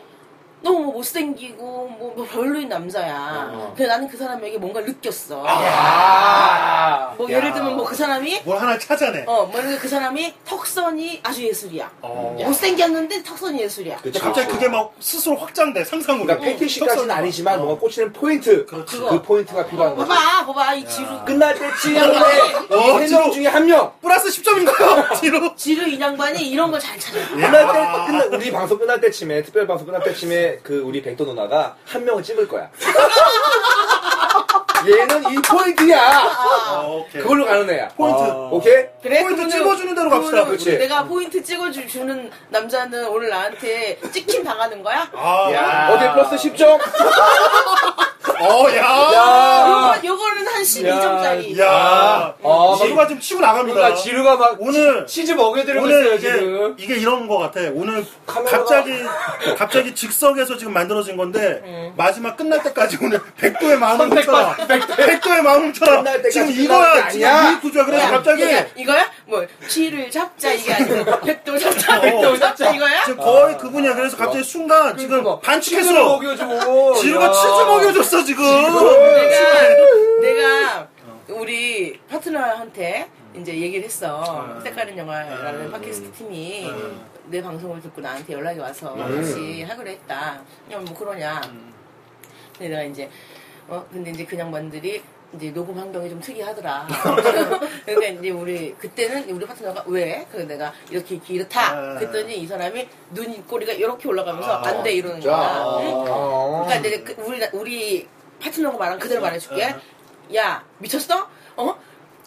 Speaker 4: 너무 뭐 못생기고 뭐 별로인 남자야.
Speaker 3: 어,
Speaker 4: 근데 나는 그 사람에게 뭔가 느꼈어.
Speaker 1: 아.
Speaker 4: 뭐 예를 들면 뭐 그 사람이
Speaker 3: 뭘 하나 찾아내
Speaker 4: 어, 뭐 예를 들면 그 사람이 턱선이 아주 예술이야.
Speaker 3: 어.
Speaker 4: 못생겼는데 턱선이 예술이야.
Speaker 3: 근데 갑자기 그게 막 스스로 확장돼 상상으로
Speaker 2: 그러니까 패티시까지는
Speaker 3: 턱선이
Speaker 2: 아니지만 뭐. 뭔가 꽂히는 포인트. 그
Speaker 4: 그거.
Speaker 2: 포인트가 필요한 거죠.
Speaker 4: 봐봐, 봐봐, 이 지루. 그
Speaker 2: 끝날 때 치는데
Speaker 3: 어,
Speaker 2: 세명 중에 한 명.
Speaker 3: 플러스 10점인가요? 뒤로
Speaker 4: 지루 인양반이 이런 걸 잘 찾아.
Speaker 3: 예.
Speaker 2: 끝날 때 끝나, 우리 방송 끝날 때쯤에 특별 방송 끝날 때쯤에 그 우리 백도 누나가 한 명을 찍을 거야. 얘는 이 포인트야.
Speaker 3: 아, 오케이
Speaker 2: 그걸로 가는 애야. 아.
Speaker 3: 포인트
Speaker 2: 오케이?
Speaker 4: 그래,
Speaker 3: 포인트
Speaker 4: 그거는-
Speaker 3: 찍어주는 대로 갑시다,
Speaker 4: 그거는
Speaker 2: 그치?
Speaker 4: 내가 포인트 찍어주는 남자는 오늘 나한테 찍힘 당하는 거야?
Speaker 3: 아,
Speaker 1: 야.
Speaker 2: 어제 플러스 10점?
Speaker 3: 어, 야.
Speaker 2: 야.
Speaker 4: 요거, 요거는 한 12점짜리.
Speaker 3: 아. 야.
Speaker 1: 아,
Speaker 3: 지루가 지금 치고 나갑니다.
Speaker 1: 그러니까 지루가 막
Speaker 3: 오늘
Speaker 1: 치즈 먹여드리고
Speaker 3: 오늘
Speaker 1: 있어요
Speaker 3: 이게
Speaker 1: 지금.
Speaker 3: 이게 이런 거 같아. 오늘
Speaker 2: 카메라가-
Speaker 3: 갑자기 갑자기 즉석에서 지금 만들어진 건데 마지막 끝날 때까지 오늘 백도의 마음을 훔쳐라. 백도의 마음을 훔쳐라.
Speaker 2: 끝날 때까지
Speaker 3: 지금
Speaker 2: 끝나는
Speaker 3: 이거야.
Speaker 2: 게
Speaker 3: 지금
Speaker 2: 아니야.
Speaker 3: 이 구조야. 그래서
Speaker 4: 야,
Speaker 3: 갑자기
Speaker 4: 이거야, 이거야? 뭐, 쥐를 잡자, 이게 아니고, 백도
Speaker 3: 어.
Speaker 4: 잡자, 백도 잡자, 이거야?
Speaker 3: 지금 거의 그분이야. 그래서 갑자기 순간 지금
Speaker 1: 치즈
Speaker 3: 반칙했어.
Speaker 1: 먹여주고.
Speaker 3: 지루가
Speaker 1: 야.
Speaker 3: 치즈 먹여줬어 지금. 아.
Speaker 4: 내가, 내가,
Speaker 3: 음.
Speaker 4: 우리 파트너한테 이제
Speaker 3: 음.
Speaker 4: 얘기를 했어. 색깔은 영화라는 팟캐스트 팀이 내 방송을 듣고 나한테 연락이 와서
Speaker 3: 음.
Speaker 4: 같이 하기로 했다. 그냥 뭐 그러냐. 근데 내가 이제, 어, 근데 이제 그냥 반들이 이제 녹음 환경이 좀 특이하더라. 그러니까 이제 우리, 그때는 우리 파트너가 왜? 그래서 내가 이렇게, 이렇게 이렇다.
Speaker 3: 아.
Speaker 4: 그랬더니 이 사람이 눈꼬리가 이렇게 올라가면서
Speaker 3: 아,
Speaker 4: 안 돼 이러는
Speaker 2: 진짜?
Speaker 4: 거야. 응?
Speaker 2: 아.
Speaker 4: 그러니까 이제 그 우리 우리 파트너가 말한 그대로 말해줄게. 야 미쳤어? 어?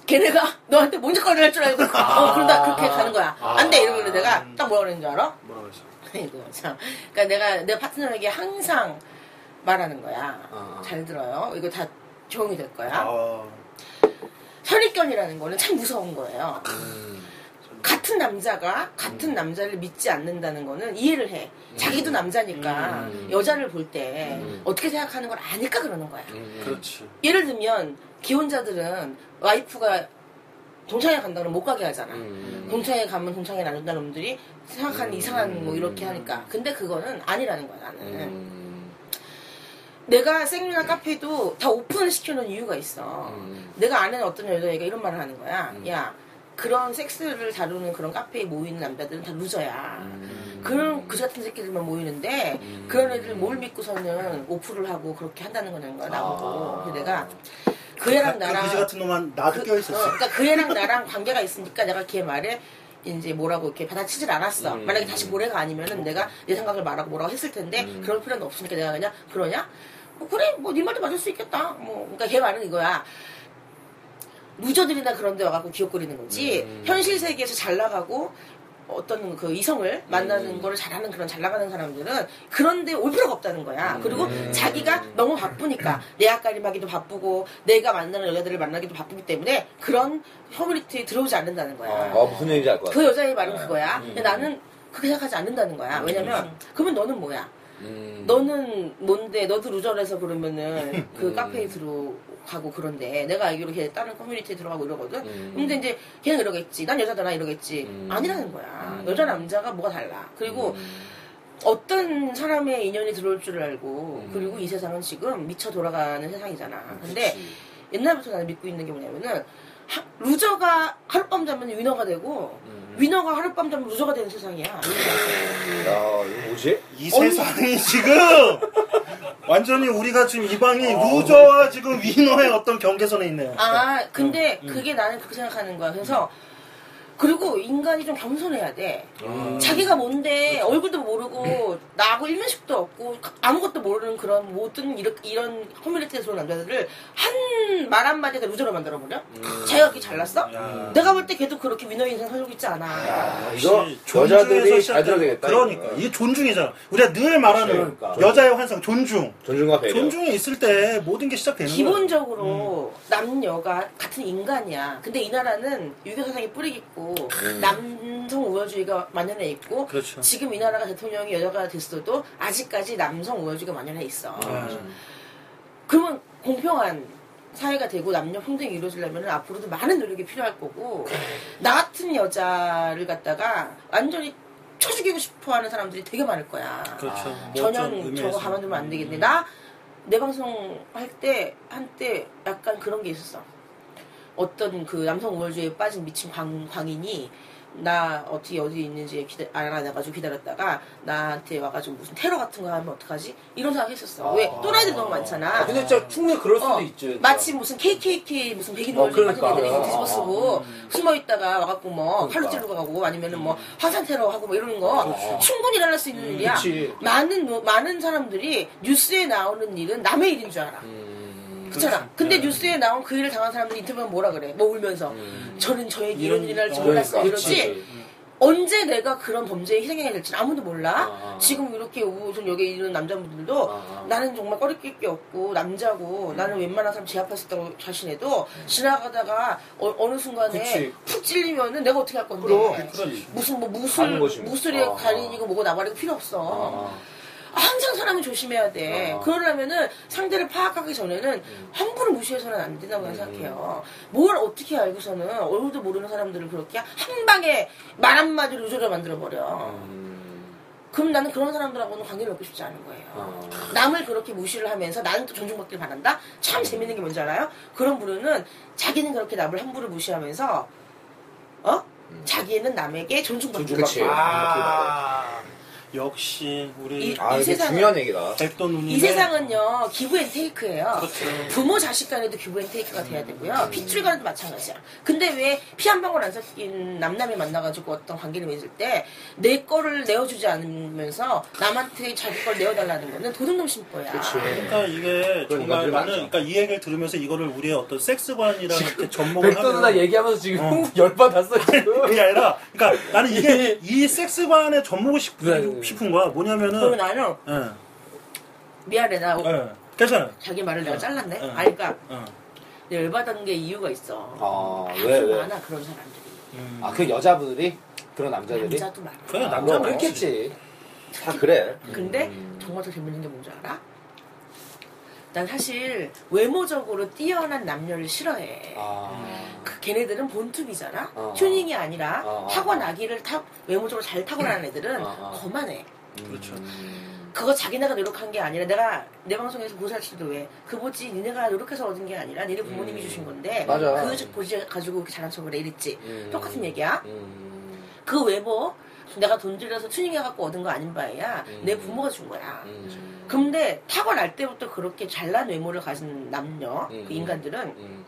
Speaker 4: 걔네가 너한테 뭔 짓거리를 할 줄 알고 어, 그러다 그렇게 가는 거야. 안 돼 이러면 내가 딱 뭐라 그러는 줄 알아?
Speaker 3: 뭐라 그러지?
Speaker 4: 아이고 참. 그러니까 내가 내 파트너에게 항상 말하는 거야. 잘 들어요. 이거 다 적응이 될 거야.
Speaker 3: 아,
Speaker 4: 선입견이라는 거는 참 무서운 거예요.
Speaker 3: 음.
Speaker 4: 같은 남자가 같은 남자를 믿지 않는다는 거는 이해를 해.
Speaker 3: 음.
Speaker 4: 자기도 남자니까 여자를 볼 때 어떻게 생각하는 걸 아니까 그러는 거야.
Speaker 3: 음. 그렇지.
Speaker 4: 예를 들면 기혼자들은 와이프가 동창회 간다 그러면 못 가게 하잖아.
Speaker 3: 음,
Speaker 4: 동창회 가면 동창회 나눈다 놈들이 생각하는 이상한
Speaker 3: 음,
Speaker 4: 뭐 이렇게 하니까. 근데 그거는 아니라는 거야 나는.
Speaker 3: 음.
Speaker 4: 내가 생리나 카페도 다 오픈을 시켜놓은 이유가 있어.
Speaker 3: 음.
Speaker 4: 내가 아는 어떤 여자애가 이런 말을 하는 거야. 야, 그런 섹스를 다루는 그런 카페에 모이는 남자들은 다 루저야.
Speaker 3: 음.
Speaker 4: 그런 그 같은 새끼들만 모이는데 그런 애들 뭘 믿고서는 오프를 하고 그렇게 한다는 거는 거야 나보고. 그래서 내가 그 애랑
Speaker 3: 아. 그
Speaker 4: 나랑
Speaker 3: 그지 같은 놈한 나도 껴
Speaker 4: 어,
Speaker 3: 있었어.
Speaker 4: 그러니까 그 애랑 나랑 관계가 있으니까 내가 걔 말에 이제 뭐라고 이렇게 받아치질 않았어. 만약에 다시 모래가 아니면은 내가 내 생각을 말하고 뭐라고 했을 텐데 그럴 필요는 없으니까 내가 그냥 그러냐? 뭐 그래 뭐 네 말도 맞을 수 있겠다. 뭐 그러니까 걔 말은 이거야. 루저들이나 그런 데 와갖고 기웃거리는 거지 현실 세계에서 잘 나가고 어떤 그 이성을 만나는 거를 잘하는 그런 잘 나가는 사람들은 그런데 올 필요가 없다는 거야. 그리고 자기가 너무 바쁘니까 내 앞가림하기도 바쁘고 내가 만나는 여자들을 만나기도 바쁘기 때문에 그런 커뮤니티에 들어오지 않는다는 거야.
Speaker 2: 어, 무슨 얘기인지 알 것 같아.
Speaker 4: 그 여자의 말은 그거야. 근데 나는 그렇게 생각하지 않는다는 거야. 왜냐면 그러면 너는 뭐야? 너는 뭔데? 너도 루저라서 그러면은 그 카페에 들어가고 그런데 내가 알기로 걔 다른 커뮤니티에 들어가고 이러거든. 근데 이제 걔는 이러겠지. 난 여자다 나 이러겠지. 아니라는 거야. 여자 남자가 뭐가 달라. 그리고 어떤 사람의 인연이 들어올 줄 알고 그리고 이 세상은 지금 미쳐 돌아가는 세상이잖아. 근데 옛날부터 나는 믿고 있는 게 뭐냐면은 하- 루저가 하룻밤 자면 위너가 되고 위너가 하룻밤 자면 루저가 되는 세상이야.
Speaker 2: 야, 이거 뭐지?
Speaker 3: 이 세상이 지금 완전히 우리가 지금 이방이 루저와 지금 위너의 어떤 경계선에 예. 있네요. 음,
Speaker 4: 아, 근데 그게 나는 그렇게 생각하는 거야. 그래서 그리고 인간이 좀 겸손해야 돼.
Speaker 3: 아.
Speaker 4: 자기가 뭔데 얼굴도 모르고 나하고 일면식도 없고 아무것도 모르는 그런 모든 이렇- 이런 커뮤니티에서 온 남자들을 한 말 한마디에 다 루저로 만들어 버려. 자기가 그렇게 잘났어?
Speaker 3: 음. 야.
Speaker 4: 내가 볼 때 걔도 그렇게 위너 인생 살고 있지 않아.
Speaker 2: 아,
Speaker 3: 역시
Speaker 2: 이거
Speaker 3: 존중에서
Speaker 2: 여자들이 잘
Speaker 3: 시작된-
Speaker 2: 들어야 되겠다.
Speaker 3: 그러니까
Speaker 2: 이거.
Speaker 3: 이게 존중이잖아. 우리가 늘 말하는
Speaker 2: 그러니까. 네.
Speaker 3: 여자의 환상 존중.
Speaker 2: 존중과 배려.
Speaker 3: 존중이 있을 때 모든 게 시작되는 거야. 음.
Speaker 4: 기본적으로 남녀가 같은 인간이야. 근데 이 나라는 유교 사상이 뿌리 깊고 남성 우월주의가 만연해 있고
Speaker 3: 음. 그렇죠.
Speaker 4: 지금 이 나라가 대통령이 여자가 됐어도 아직까지 남성 우월주의가 만연해 있어.
Speaker 3: 음. 아,
Speaker 4: 그러면 공평한 사회가 되고 남녀 평등이 이루어지려면 앞으로도 많은 노력이 필요할 거고 나 같은 여자를 갖다가 완전히 쳐 죽이고 싶어하는 사람들이 되게 많을 거야.
Speaker 3: 그렇죠.
Speaker 2: 아,
Speaker 3: 뭐 어떤
Speaker 4: 전혀 저거
Speaker 3: 의미에서.
Speaker 4: 가만두면 안 되겠네. 나 내 방송 할 때 한때 약간 그런 게 있었어. 어떤 그 남성 우월주의에 빠진 미친 광, 광인이 나 어떻게 어디 있는지 기다, 알아내가지고 기다렸다가 나한테 와가지고 무슨 테러 같은 거 하면 어떡하지? 이런 생각 했었어. 왜? 또라이들 너무 많잖아.
Speaker 1: 아, 근데 진짜 충분히 그럴 수도
Speaker 4: 어,
Speaker 1: 있죠. 진짜.
Speaker 4: 마치 무슨 KKK 무슨 백인
Speaker 1: 어,
Speaker 4: 우월주의 같은
Speaker 1: 그러니까.
Speaker 4: 애들이 뒤집어 쓰고 숨어 있다가 와갖고 뭐 칼로
Speaker 1: 음. 그러니까.
Speaker 4: 찌르고 가고 아니면은 뭐 화산 테러 하고 뭐 이러는 거 충분히 일어날 수 있는 일이야.
Speaker 1: 그렇죠. 음, 그치.
Speaker 4: 많은 노- 많은 사람들이 뉴스에 나오는 일은 남의 일인 줄 알아.
Speaker 1: 음,
Speaker 4: 그렇잖아.
Speaker 1: 네.
Speaker 4: 근데 뉴스에 나온 그 일을 당한 사람들이 인터뷰하면 뭐라 그래? 뭐 울면서 저는 저에게 이런
Speaker 3: 이런-
Speaker 4: 일이 날지
Speaker 3: 어,
Speaker 4: 몰랐어.
Speaker 1: 음. 그러니까.
Speaker 4: 이러지.
Speaker 1: 그치.
Speaker 4: 언제 내가 그런 범죄에 희생해야 될지 는 아무도 몰라.
Speaker 1: 아.
Speaker 4: 지금 이렇게 우선 여기 있는 남자분들도
Speaker 1: 아.
Speaker 4: 나는 정말 꺼리낄 게 없고 남자고 나는 웬만한 사람 제압할 수 있다고 자신해도 지나가다가 어, 느 순간에
Speaker 1: 그치.
Speaker 4: 푹 찔리면은 내가 어떻게 할 건데?
Speaker 3: 그렇지.
Speaker 4: 무슨 뭐
Speaker 2: 가는
Speaker 4: 무술
Speaker 2: 거지 뭐.
Speaker 4: 무술에
Speaker 1: 아.
Speaker 4: 가리고 뭐고 나발이고 필요 없어.
Speaker 1: 아,
Speaker 4: 항상 사람은 조심해야 돼.
Speaker 1: 아.
Speaker 4: 그러려면은 상대를 파악하기 전에는 함부로 무시해서는 안 된다고 생각해요. 뭘 어떻게 알고서는 얼굴도 모르는 사람들을 그렇게 한 방에 말 한마디로 우조를 만들어버려. 그럼 나는 그런 사람들하고는 관계를 맺고 싶지 않은 거예요.
Speaker 1: 아.
Speaker 4: 남을 그렇게 무시를 하면서 나는 또 존중받길 바란다?
Speaker 2: 음.
Speaker 4: 참 재밌는 게 뭔지 알아요? 그런 부류는 자기는 그렇게 남을 함부로 무시하면서, 어?
Speaker 2: 음.
Speaker 4: 자기는 남에게 존중받길
Speaker 2: 그치.
Speaker 4: 바란다.
Speaker 3: 아, 역시 우리
Speaker 4: 이-
Speaker 2: 아, 이게
Speaker 4: 세상은-
Speaker 2: 중요한 얘기다.
Speaker 3: 백도 누님.
Speaker 4: 이 세상은요 기브 앤 테이크예요. 부모 자식 간에도 기브 앤 테이크가 돼야 되고요. 핏줄 간에도 마찬가지야. 근데 왜 피 한 방울 안 섞인 남남이 만나가지고 어떤 관계를 맺을 때 내 거를 내어주지 않으면서 남한테 자기 걸 내어달라는 거는 도둑놈심 거야. 네.
Speaker 3: 그러니까 이게
Speaker 2: 그런
Speaker 3: 정말
Speaker 2: 인간들이
Speaker 3: 나는
Speaker 2: 많죠.
Speaker 3: 그러니까 이 얘기를 들으면서 이거를 우리의 어떤 섹스관이랑 이렇게 접목을
Speaker 1: 백도 누나
Speaker 3: 하면
Speaker 1: 얘기하면서 지금 열받았어 지금.
Speaker 3: 그게 아니라 그러니까 나는 이게 이 섹스관에 접목을 싶,
Speaker 1: 네.
Speaker 3: 싶은 거야.
Speaker 4: 그러면
Speaker 3: 뭐냐면은
Speaker 4: 나는
Speaker 3: 예.
Speaker 4: 미안해 나
Speaker 3: 예. 괜찮아.
Speaker 4: 자기 말을 내가 잘랐네.
Speaker 3: 응.
Speaker 4: 아 그러니까
Speaker 3: 어.
Speaker 4: 내가 열받은 게 이유가 있어.
Speaker 1: 아,
Speaker 4: 아주
Speaker 1: 왜, 왜?
Speaker 4: 많아 그런 사람들이.
Speaker 3: 음.
Speaker 1: 아, 그 여자분들이? 그런 남자들이?
Speaker 4: 남자도 많아.
Speaker 3: 그래
Speaker 1: 아,
Speaker 3: 남자
Speaker 1: 그럼 그렇겠지.
Speaker 2: 다 그래.
Speaker 4: 근데
Speaker 1: 음.
Speaker 4: 정말 더 재밌는 게 뭔지 알아? 난 사실 외모적으로 뛰어난 남녀를 싫어해.
Speaker 1: 아,
Speaker 4: 그 걔네들은 본투비잖아.
Speaker 1: 어.
Speaker 4: 튜닝이 아니라
Speaker 1: 어, 어.
Speaker 4: 타고나기를 타 외모적으로 잘 타고나는 애들은
Speaker 1: 어, 어.
Speaker 4: 거만해.
Speaker 3: 그렇죠.
Speaker 2: 음.
Speaker 4: 그거 자기네가 노력한 게 아니라 내가 내 방송에서 고사할 때도 왜 그보지 니네가 노력해서 얻은 게 아니라 니네 부모님이
Speaker 1: 음.
Speaker 4: 주신 건데
Speaker 1: 맞아.
Speaker 4: 그 보지 가지고 그렇게 잘난 척을 해 이랬지.
Speaker 1: 음.
Speaker 4: 똑같은 얘기야.
Speaker 1: 음.
Speaker 4: 그 외모 내가 돈 들여서 튜닝해갖고 얻은 거 아닌 바에야
Speaker 1: 음.
Speaker 4: 내 부모가 준 거야.
Speaker 2: 그렇죠.
Speaker 1: 음.
Speaker 4: 근데 타고날 때부터 그렇게 잘난 외모를 가진 남녀,
Speaker 1: 음.
Speaker 4: 그 인간들은
Speaker 1: 음.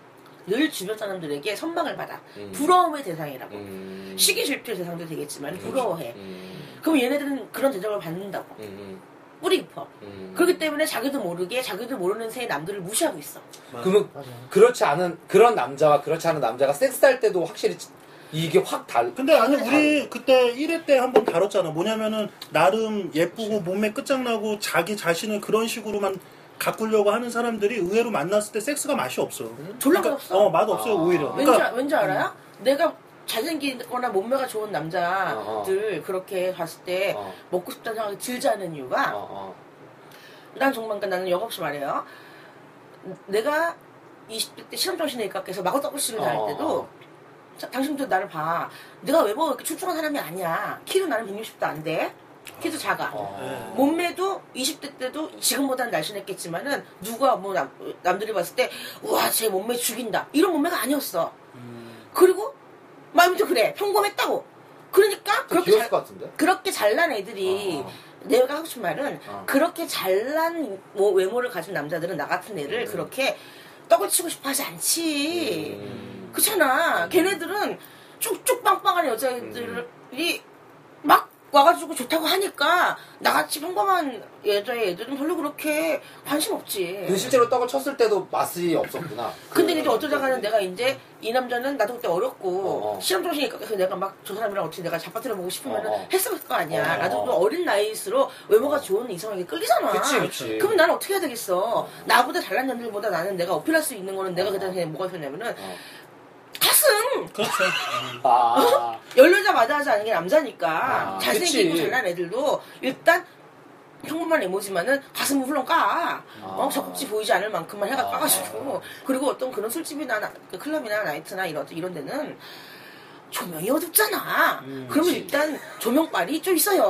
Speaker 4: 늘 주변 사람들에게 선망을 받아.
Speaker 1: 음.
Speaker 4: 부러움의 대상이라고.
Speaker 1: 음.
Speaker 4: 시기 질투의 대상도 되겠지만 부러워해.
Speaker 1: 음.
Speaker 4: 그럼 얘네들은 그런 대접을 받는다고.
Speaker 1: 음.
Speaker 4: 뿌리 깊어.
Speaker 1: 음.
Speaker 4: 그렇기 때문에 자기도 모르게 자기도 모르는 새에 남들을 무시하고 있어.
Speaker 1: 그러면 그렇지 않은 그런 남자와 그렇지 않은 남자가 섹스할 때도 확실히 이게 확 달.
Speaker 3: 근데 아니 우리 그때 1회 때 한번 다뤘잖아. 뭐냐면은 나름 예쁘고 몸매 끝장나고 자기 자신을 그런 식으로만 가꾸려고 하는 사람들이 의외로 만났을 때 섹스가 맛이 없어.
Speaker 4: 졸라
Speaker 3: 그러니까,
Speaker 4: 맛없어.
Speaker 3: 어, 맛 없어요,
Speaker 1: 아.
Speaker 3: 오히려. 그러니까
Speaker 4: 왠지, 아- 왠지 알아요?
Speaker 1: 음.
Speaker 4: 내가 잘생기거나 몸매가 좋은 남자들 그렇게 봤을 때
Speaker 1: 어.
Speaker 4: 먹고 싶다는 생각이 들지 않은 이유가
Speaker 1: 어, 어.
Speaker 4: 난 정말 그러니까 나는 역없이 말해요. 내가 20대 때 실험정신외과 께서 마구떡구식을 다닐
Speaker 1: 어.
Speaker 4: 때도 자, 당신도 나를 봐. 내가 외모가 그렇게 출중한 사람이 아니야. 키도 나는 160도 안 돼. 키도 작아.
Speaker 3: 예,
Speaker 1: 어.
Speaker 4: 몸매도 20대 때도 지금보다는 날씬했겠지만은 누가 뭐 남, 남들이 봤을 때 우와 쟤 몸매
Speaker 5: 음.
Speaker 4: 죽인다 이런 몸매가 아니었어. 그리고 마음도 그래 평범했다고 그러니까 그렇게
Speaker 5: 귀여울
Speaker 4: 잘,
Speaker 5: 것 같은데? 아.
Speaker 4: 그렇게 잘난 애들이 내가 하고 싶은 말은
Speaker 5: 어.
Speaker 4: 그렇게 잘난 뭐 외모를 가진 남자들은 나 같은 애를
Speaker 5: 음.
Speaker 4: 그렇게 떡을 치고 싶어 하지 않지.
Speaker 5: 음.
Speaker 4: 그렇잖아. 걔네들은 쭉쭉 빵빵한
Speaker 5: 음.
Speaker 4: 여자애들이 막 와가지고 좋다고 하니까 나같이 평범한 여자애들은 별로 그렇게 관심
Speaker 1: 그
Speaker 5: 근데
Speaker 4: 없지.
Speaker 5: 실제로 떡을 쳤을 때도 맛이 없었구나.
Speaker 4: 근데 이제 어쩌다가는 내가 이제 이 남자는 나도 그때 어렸고
Speaker 5: 어.
Speaker 4: 시험 정신이니까 그래서 내가 막 저 사람이랑 어떻게 내가 잡아들어보고 싶으면은
Speaker 5: 어, 어.
Speaker 4: 했을 거 아니야.
Speaker 5: 어.
Speaker 4: 나도 그 어린 나이일수록 외모가 좋은 이성에게 끌리잖아.
Speaker 5: 그치, 그치.
Speaker 4: 그럼 나는 어떻게 해야 되겠어? 나보다 잘난 년들보다 나는 내가 어필할 수 있는 거는 내가 그다음에 뭐가 있었냐면은
Speaker 5: 어.
Speaker 4: 가슴
Speaker 3: 그렇죠.
Speaker 5: 아,
Speaker 4: 열여자마자 하지 않은 게 남자니까
Speaker 5: 아,
Speaker 4: 잘생기고
Speaker 5: 그치.
Speaker 4: 잘난 애들도 일단 평범한 에모지만은 가슴은 훌렁 까. 어, 젖꼭지 보이지 않을 만큼만 해가
Speaker 5: 아.
Speaker 4: 까가지고. 그리고 어떤 그런 술집이나 나- 그 클럽이나 나이트나 이런, 이런 데는 조명이 어둡잖아. 그러면
Speaker 5: 음, 그치.
Speaker 4: 일단 조명빨이 좀 있어요.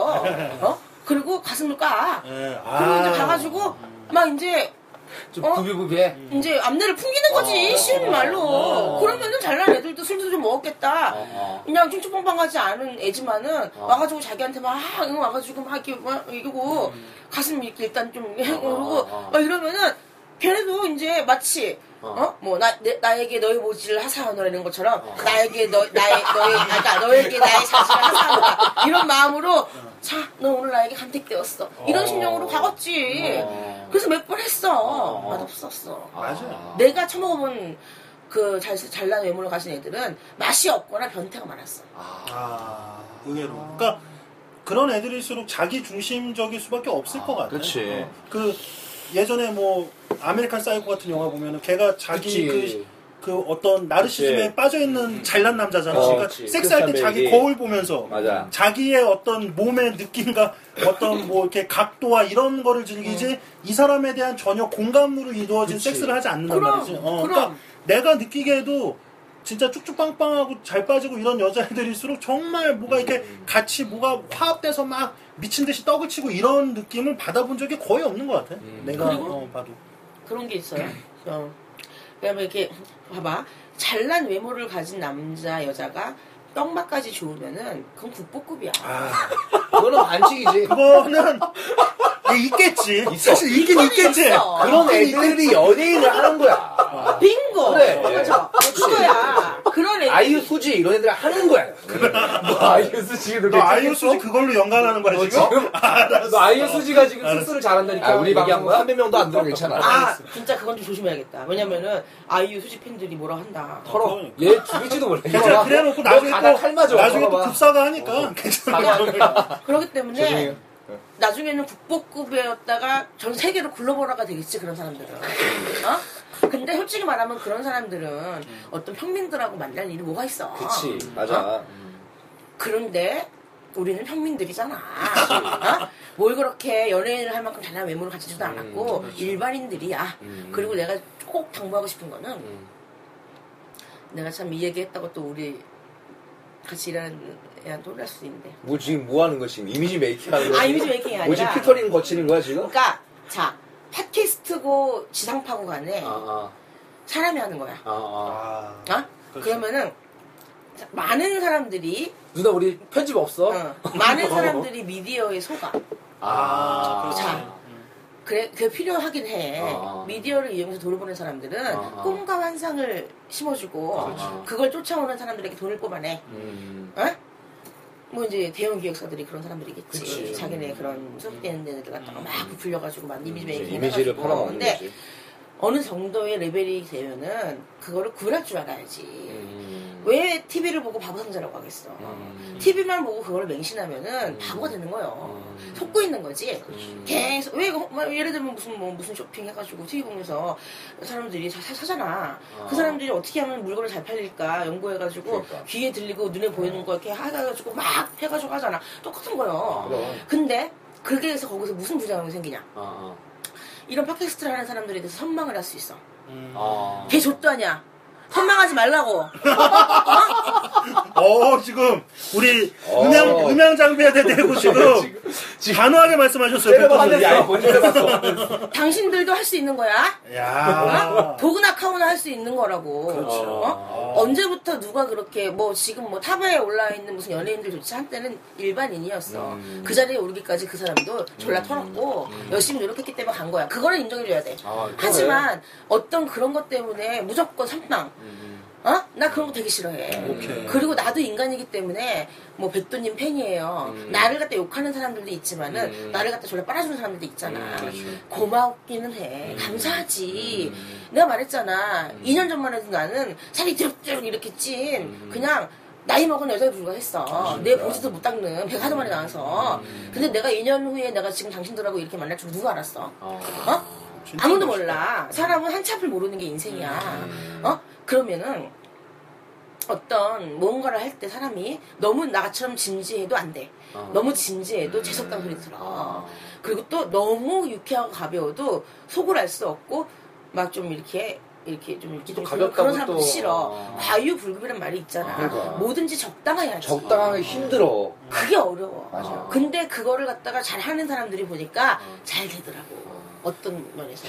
Speaker 4: 어? 그리고 가슴을 까.
Speaker 3: 예,
Speaker 4: 그리고
Speaker 3: 아.
Speaker 4: 이제 가가지고 막 이제
Speaker 5: 좀
Speaker 4: 어?
Speaker 5: 부비부비해.
Speaker 4: 이제 앞니를 풍기는 거지
Speaker 5: 어.
Speaker 4: 쉬운 말로
Speaker 5: 어.
Speaker 4: 그러면은 잘난 애들도 술도 좀 먹었겠다
Speaker 5: 어, 어.
Speaker 4: 그냥 충충빵빵하지 않은 애지만은
Speaker 5: 어.
Speaker 4: 와가지고 자기한테 막 아, 응, 와가지고 막 이렇게 막 이러고 가슴 이렇게 일단 좀 그러고
Speaker 5: 음. 어.
Speaker 4: 막 이러면은 걔네도 이제 마치
Speaker 5: 어.
Speaker 4: 어뭐나 나에게 너의 모지를 하사하노라는 것처럼 나에게 너 나의 너의 아까 너에게 나의 자신을 하사하노라 이런 마음으로 자 너 오늘 나에게 간택되었어 이런
Speaker 5: 어.
Speaker 4: 심정으로 가갔지
Speaker 5: 어.
Speaker 4: 그래서 몇 번 했어
Speaker 5: 어.
Speaker 4: 맛없었어
Speaker 3: 맞아요.
Speaker 4: 내가 처먹어본 그 잘, 잘난 외모를 가진 애들은 맛이 없거나 변태가 많았어.
Speaker 3: 아, 의외로. 그러니까 그런 애들일수록 자기 중심적일 수밖에 없을 것 같아.
Speaker 5: 그치.
Speaker 3: 어. 그 예전에 뭐 아메리칸 사이코 같은 영화 보면은 걔가 자기 그
Speaker 5: 그치.
Speaker 3: 그 어떤 나르시즘에
Speaker 2: 그치.
Speaker 3: 빠져 있는 잘난 남자잖아.
Speaker 2: 어,
Speaker 3: 그러니까
Speaker 2: 그치.
Speaker 3: 섹스할 때
Speaker 2: 크리스찬
Speaker 3: 자기
Speaker 2: 베일이.
Speaker 3: 거울 보면서
Speaker 2: 맞아.
Speaker 3: 자기의 어떤 몸의 느낌과 어떤 뭐 이렇게 각도와 이런 거를 즐기지
Speaker 2: 음.
Speaker 3: 이 사람에 대한 전혀 공감으로 이루어진 섹스를 하지 않는단
Speaker 4: 그럼,
Speaker 3: 말이지. 어,
Speaker 4: 그럼.
Speaker 3: 그러니까 내가 느끼기에도 진짜 쭉쭉빵빵하고 잘 빠지고 이런 여자애들일수록 정말 뭐가 이렇게 같이 뭐가 화합돼서 막 미친 듯이 떡을 치고 이런 느낌을 받아본 적이 거의 없는 것 같아.
Speaker 1: 음.
Speaker 3: 내가
Speaker 4: 그리고?
Speaker 3: 어, 봐도.
Speaker 4: 그런 게 있어요. 어. 왜냐면 이렇게 봐봐 잘난 외모를 가진 남자 여자가 떡맛까지 좋으면은 그건 국보급이야.
Speaker 3: 아,
Speaker 5: 그거는 반칙이지.
Speaker 3: 그거는 이게 있겠지. 사실 있긴 있겠지.
Speaker 4: 있어.
Speaker 2: 그런 아, 애들이 연예인을 하는 거야.
Speaker 4: 어, 빙고.
Speaker 2: 그래.
Speaker 4: 그렇죠. 그거야. 그런 애.
Speaker 2: 아이유 수지 이런 애들 하는 거야.
Speaker 1: 아이유 수지가
Speaker 3: 너
Speaker 1: 그렇게
Speaker 3: 아이유
Speaker 1: 착했어?
Speaker 3: 수지 그걸로 연관하는 거야 지금?
Speaker 1: 너 아이유 수지가 지금 섹스를 잘한다니까
Speaker 2: 아, 우리 방송
Speaker 1: 얘기한 거야?
Speaker 2: 300명도 안 들어 괜찮아.
Speaker 4: 아 진짜 그건 좀 조심해야겠다. 왜냐면은 아이유 수지 팬들이 뭐라 한다.
Speaker 1: 털어. 얘 예, 죽일지도 몰라.
Speaker 3: 괜찮아. 그래 놓고 나중에
Speaker 1: 가다
Speaker 3: 또
Speaker 1: 뭐 칼 맞아.
Speaker 3: 나중에 또
Speaker 1: 봐봐. 어,
Speaker 3: 급사가 하니까 괜찮아.
Speaker 4: 그렇기 때문에
Speaker 2: 네.
Speaker 4: 나중에는 국보급이었다가 전 세계로 글로벌화가 되겠지 그런 사람들은 어? 근데 솔직히 말하면 그런 사람들은 어떤 평민들하고 만날 일이 뭐가 있어
Speaker 2: 그치 맞아.
Speaker 4: 그런데 우리는 평민들이잖아 어? 뭘 그렇게 연예인을 할 만큼 잘난 외모를 가지지도
Speaker 2: 음,
Speaker 4: 않았고
Speaker 2: 그렇죠.
Speaker 4: 일반인들이야 그리고 내가 꼭 당부하고 싶은 거는
Speaker 2: 음.
Speaker 4: 내가 참 이 얘기했다고 또 우리 같이 일하는 애한테 혼날 수도 있는데
Speaker 2: 뭐 지금 뭐 하는 거야 지금 이미지 메이킹 하는 거야?
Speaker 4: 아
Speaker 2: 지금?
Speaker 4: 이미지 메이킹이 아니라
Speaker 2: 뭐 지금 필터링 거치는 거야 지금?
Speaker 4: 그러니까 자 팟캐스트고 지상파고 간에
Speaker 5: 아,
Speaker 4: 사람이 하는 거야.
Speaker 5: 아, 아.
Speaker 3: 아,
Speaker 4: 어? 그러면은 많은 사람들이
Speaker 1: 누나 우리 편집 없어?
Speaker 4: 어, 많은 사람들이 미디어에 속아.
Speaker 5: 아,
Speaker 3: 그렇지.
Speaker 4: 자. 그래 그게 필요하긴 해.
Speaker 5: 어.
Speaker 4: 미디어를 이용해서 돈을 버는 사람들은
Speaker 5: 어.
Speaker 4: 꿈과 환상을 심어주고
Speaker 5: 그렇지.
Speaker 4: 그걸 쫓아오는 사람들에게 돈을 뽑아내.
Speaker 5: 음.
Speaker 4: 어? 뭐 이제 대형 기획사들이 그런 사람들이겠지.
Speaker 5: 그치.
Speaker 4: 자기네 그런 소속되는 애들 갖다가 막 부풀려가지고 막 이미지
Speaker 1: 음.
Speaker 4: 메이킹
Speaker 2: 이미지를
Speaker 4: 해가지고.
Speaker 2: 팔아먹는
Speaker 4: 근데
Speaker 2: 거지.
Speaker 4: 어느 정도의 레벨이 되면은 그거를 구할 줄 알아야지.
Speaker 2: 음.
Speaker 1: 음.
Speaker 4: 왜 TV를 보고 바보 상자라고 하겠어? TV만 보고 그걸
Speaker 2: 음.
Speaker 4: 맹신하면은 바보가 되는 거예요. 속고 있는 거지. 계속 왜 이거 뭐 예를 들면 무슨 뭐 무슨 쇼핑 해가지고 TV 보면서 사람들이 사, 사, 잖아그 사람들이 어떻게 하면 물건을 잘 팔릴까 연구해가지고
Speaker 2: 그러니까. 어.
Speaker 4: 귀에 들리고 눈에 보이는 거 이렇게 해가지고 막 해가지고 하잖아. 똑같은 거예요.
Speaker 2: 어.
Speaker 4: 근데 그게 해서 거기서 무슨 부작용이 생기냐?
Speaker 5: 아, 아.
Speaker 4: 이런 팟캐스트를 하는 사람들에 대해서 선망을 할 수 있어.
Speaker 5: 아.
Speaker 4: 걔 줬다냐? 선망하지 말라고. 어?
Speaker 3: 어, 지금, 우리,
Speaker 1: 어.
Speaker 3: 음향, 음향 장비에 대고 지금, 단호하게 말씀하셨어요. 백도수님.
Speaker 2: 때려봤는데
Speaker 1: 먼저 봤어.
Speaker 4: 당신들도 할 수 있는 거야.
Speaker 3: 야.
Speaker 4: 어? 도구나 카오나 할 수 있는 거라고.
Speaker 3: 아. 그렇죠.
Speaker 4: 어? 언제부터 누가 그렇게 뭐 지금 뭐 타바에 올라 있는 무슨 연예인들조차 한때는 일반인이었어.
Speaker 3: 음.
Speaker 4: 그 자리에 오르기까지 그 사람도 졸라 털었고 열심히 노력했기 때문에 간 거야. 그거를 인정해줘야 돼.
Speaker 5: 아,
Speaker 4: 하지만 어떤 그런 것 때문에 무조건 선빵. 어? 나 그런 거 되게 싫어해.
Speaker 3: 음, 오케이.
Speaker 4: 그리고 나도 인간이기 때문에 뭐 백도님 팬이에요.
Speaker 3: 음.
Speaker 4: 나를 갖다 욕하는 사람들도 있지만은 나를 갖다 졸라 빨아주는 사람들도 있잖아.
Speaker 3: 음, 그렇죠.
Speaker 4: 고마웠기는 해. 감사하지. 내가 말했잖아. 2년 전만 해도 나는 살이 드륵드륵 이렇게 찐 그냥 나이 먹은 여자에 불과했어. 내 보지도 못 닦는 배가 하도 많이 나와서. 근데 내가 2년 후에 내가 지금 당신들하고 이렇게 만날 줄 누가 알았어?
Speaker 1: 아,
Speaker 4: 어?
Speaker 3: 진짜
Speaker 4: 아무도
Speaker 3: 멋있다.
Speaker 4: 몰라. 사람은 한 치 앞을 모르는 게 인생이야.
Speaker 5: 음.
Speaker 4: 어? 그러면은 어떤 뭔가를 할 때 사람이 너무 나처럼 진지해도 안 돼.
Speaker 5: 어.
Speaker 4: 너무
Speaker 5: 음.
Speaker 4: 진지해도 재석당 소리 들어. 그리고 또 너무 유쾌하고 가벼워도 속을 알 수 없고 막 좀 이렇게 이렇게 좀 이렇게 좀 그런,
Speaker 5: 가볍다고
Speaker 4: 그런 사람도
Speaker 5: 또-
Speaker 4: 싫어. 과유불급이란 말이 있잖아.
Speaker 5: 그러니까.
Speaker 4: 뭐든지 적당해야지.
Speaker 5: 적당하게 힘들어.
Speaker 4: 그게 어려워.
Speaker 5: 맞아요.
Speaker 4: 근데 그거를 갖다가 잘 하는 사람들이 보니까 잘 되더라고. 어떤 면에서.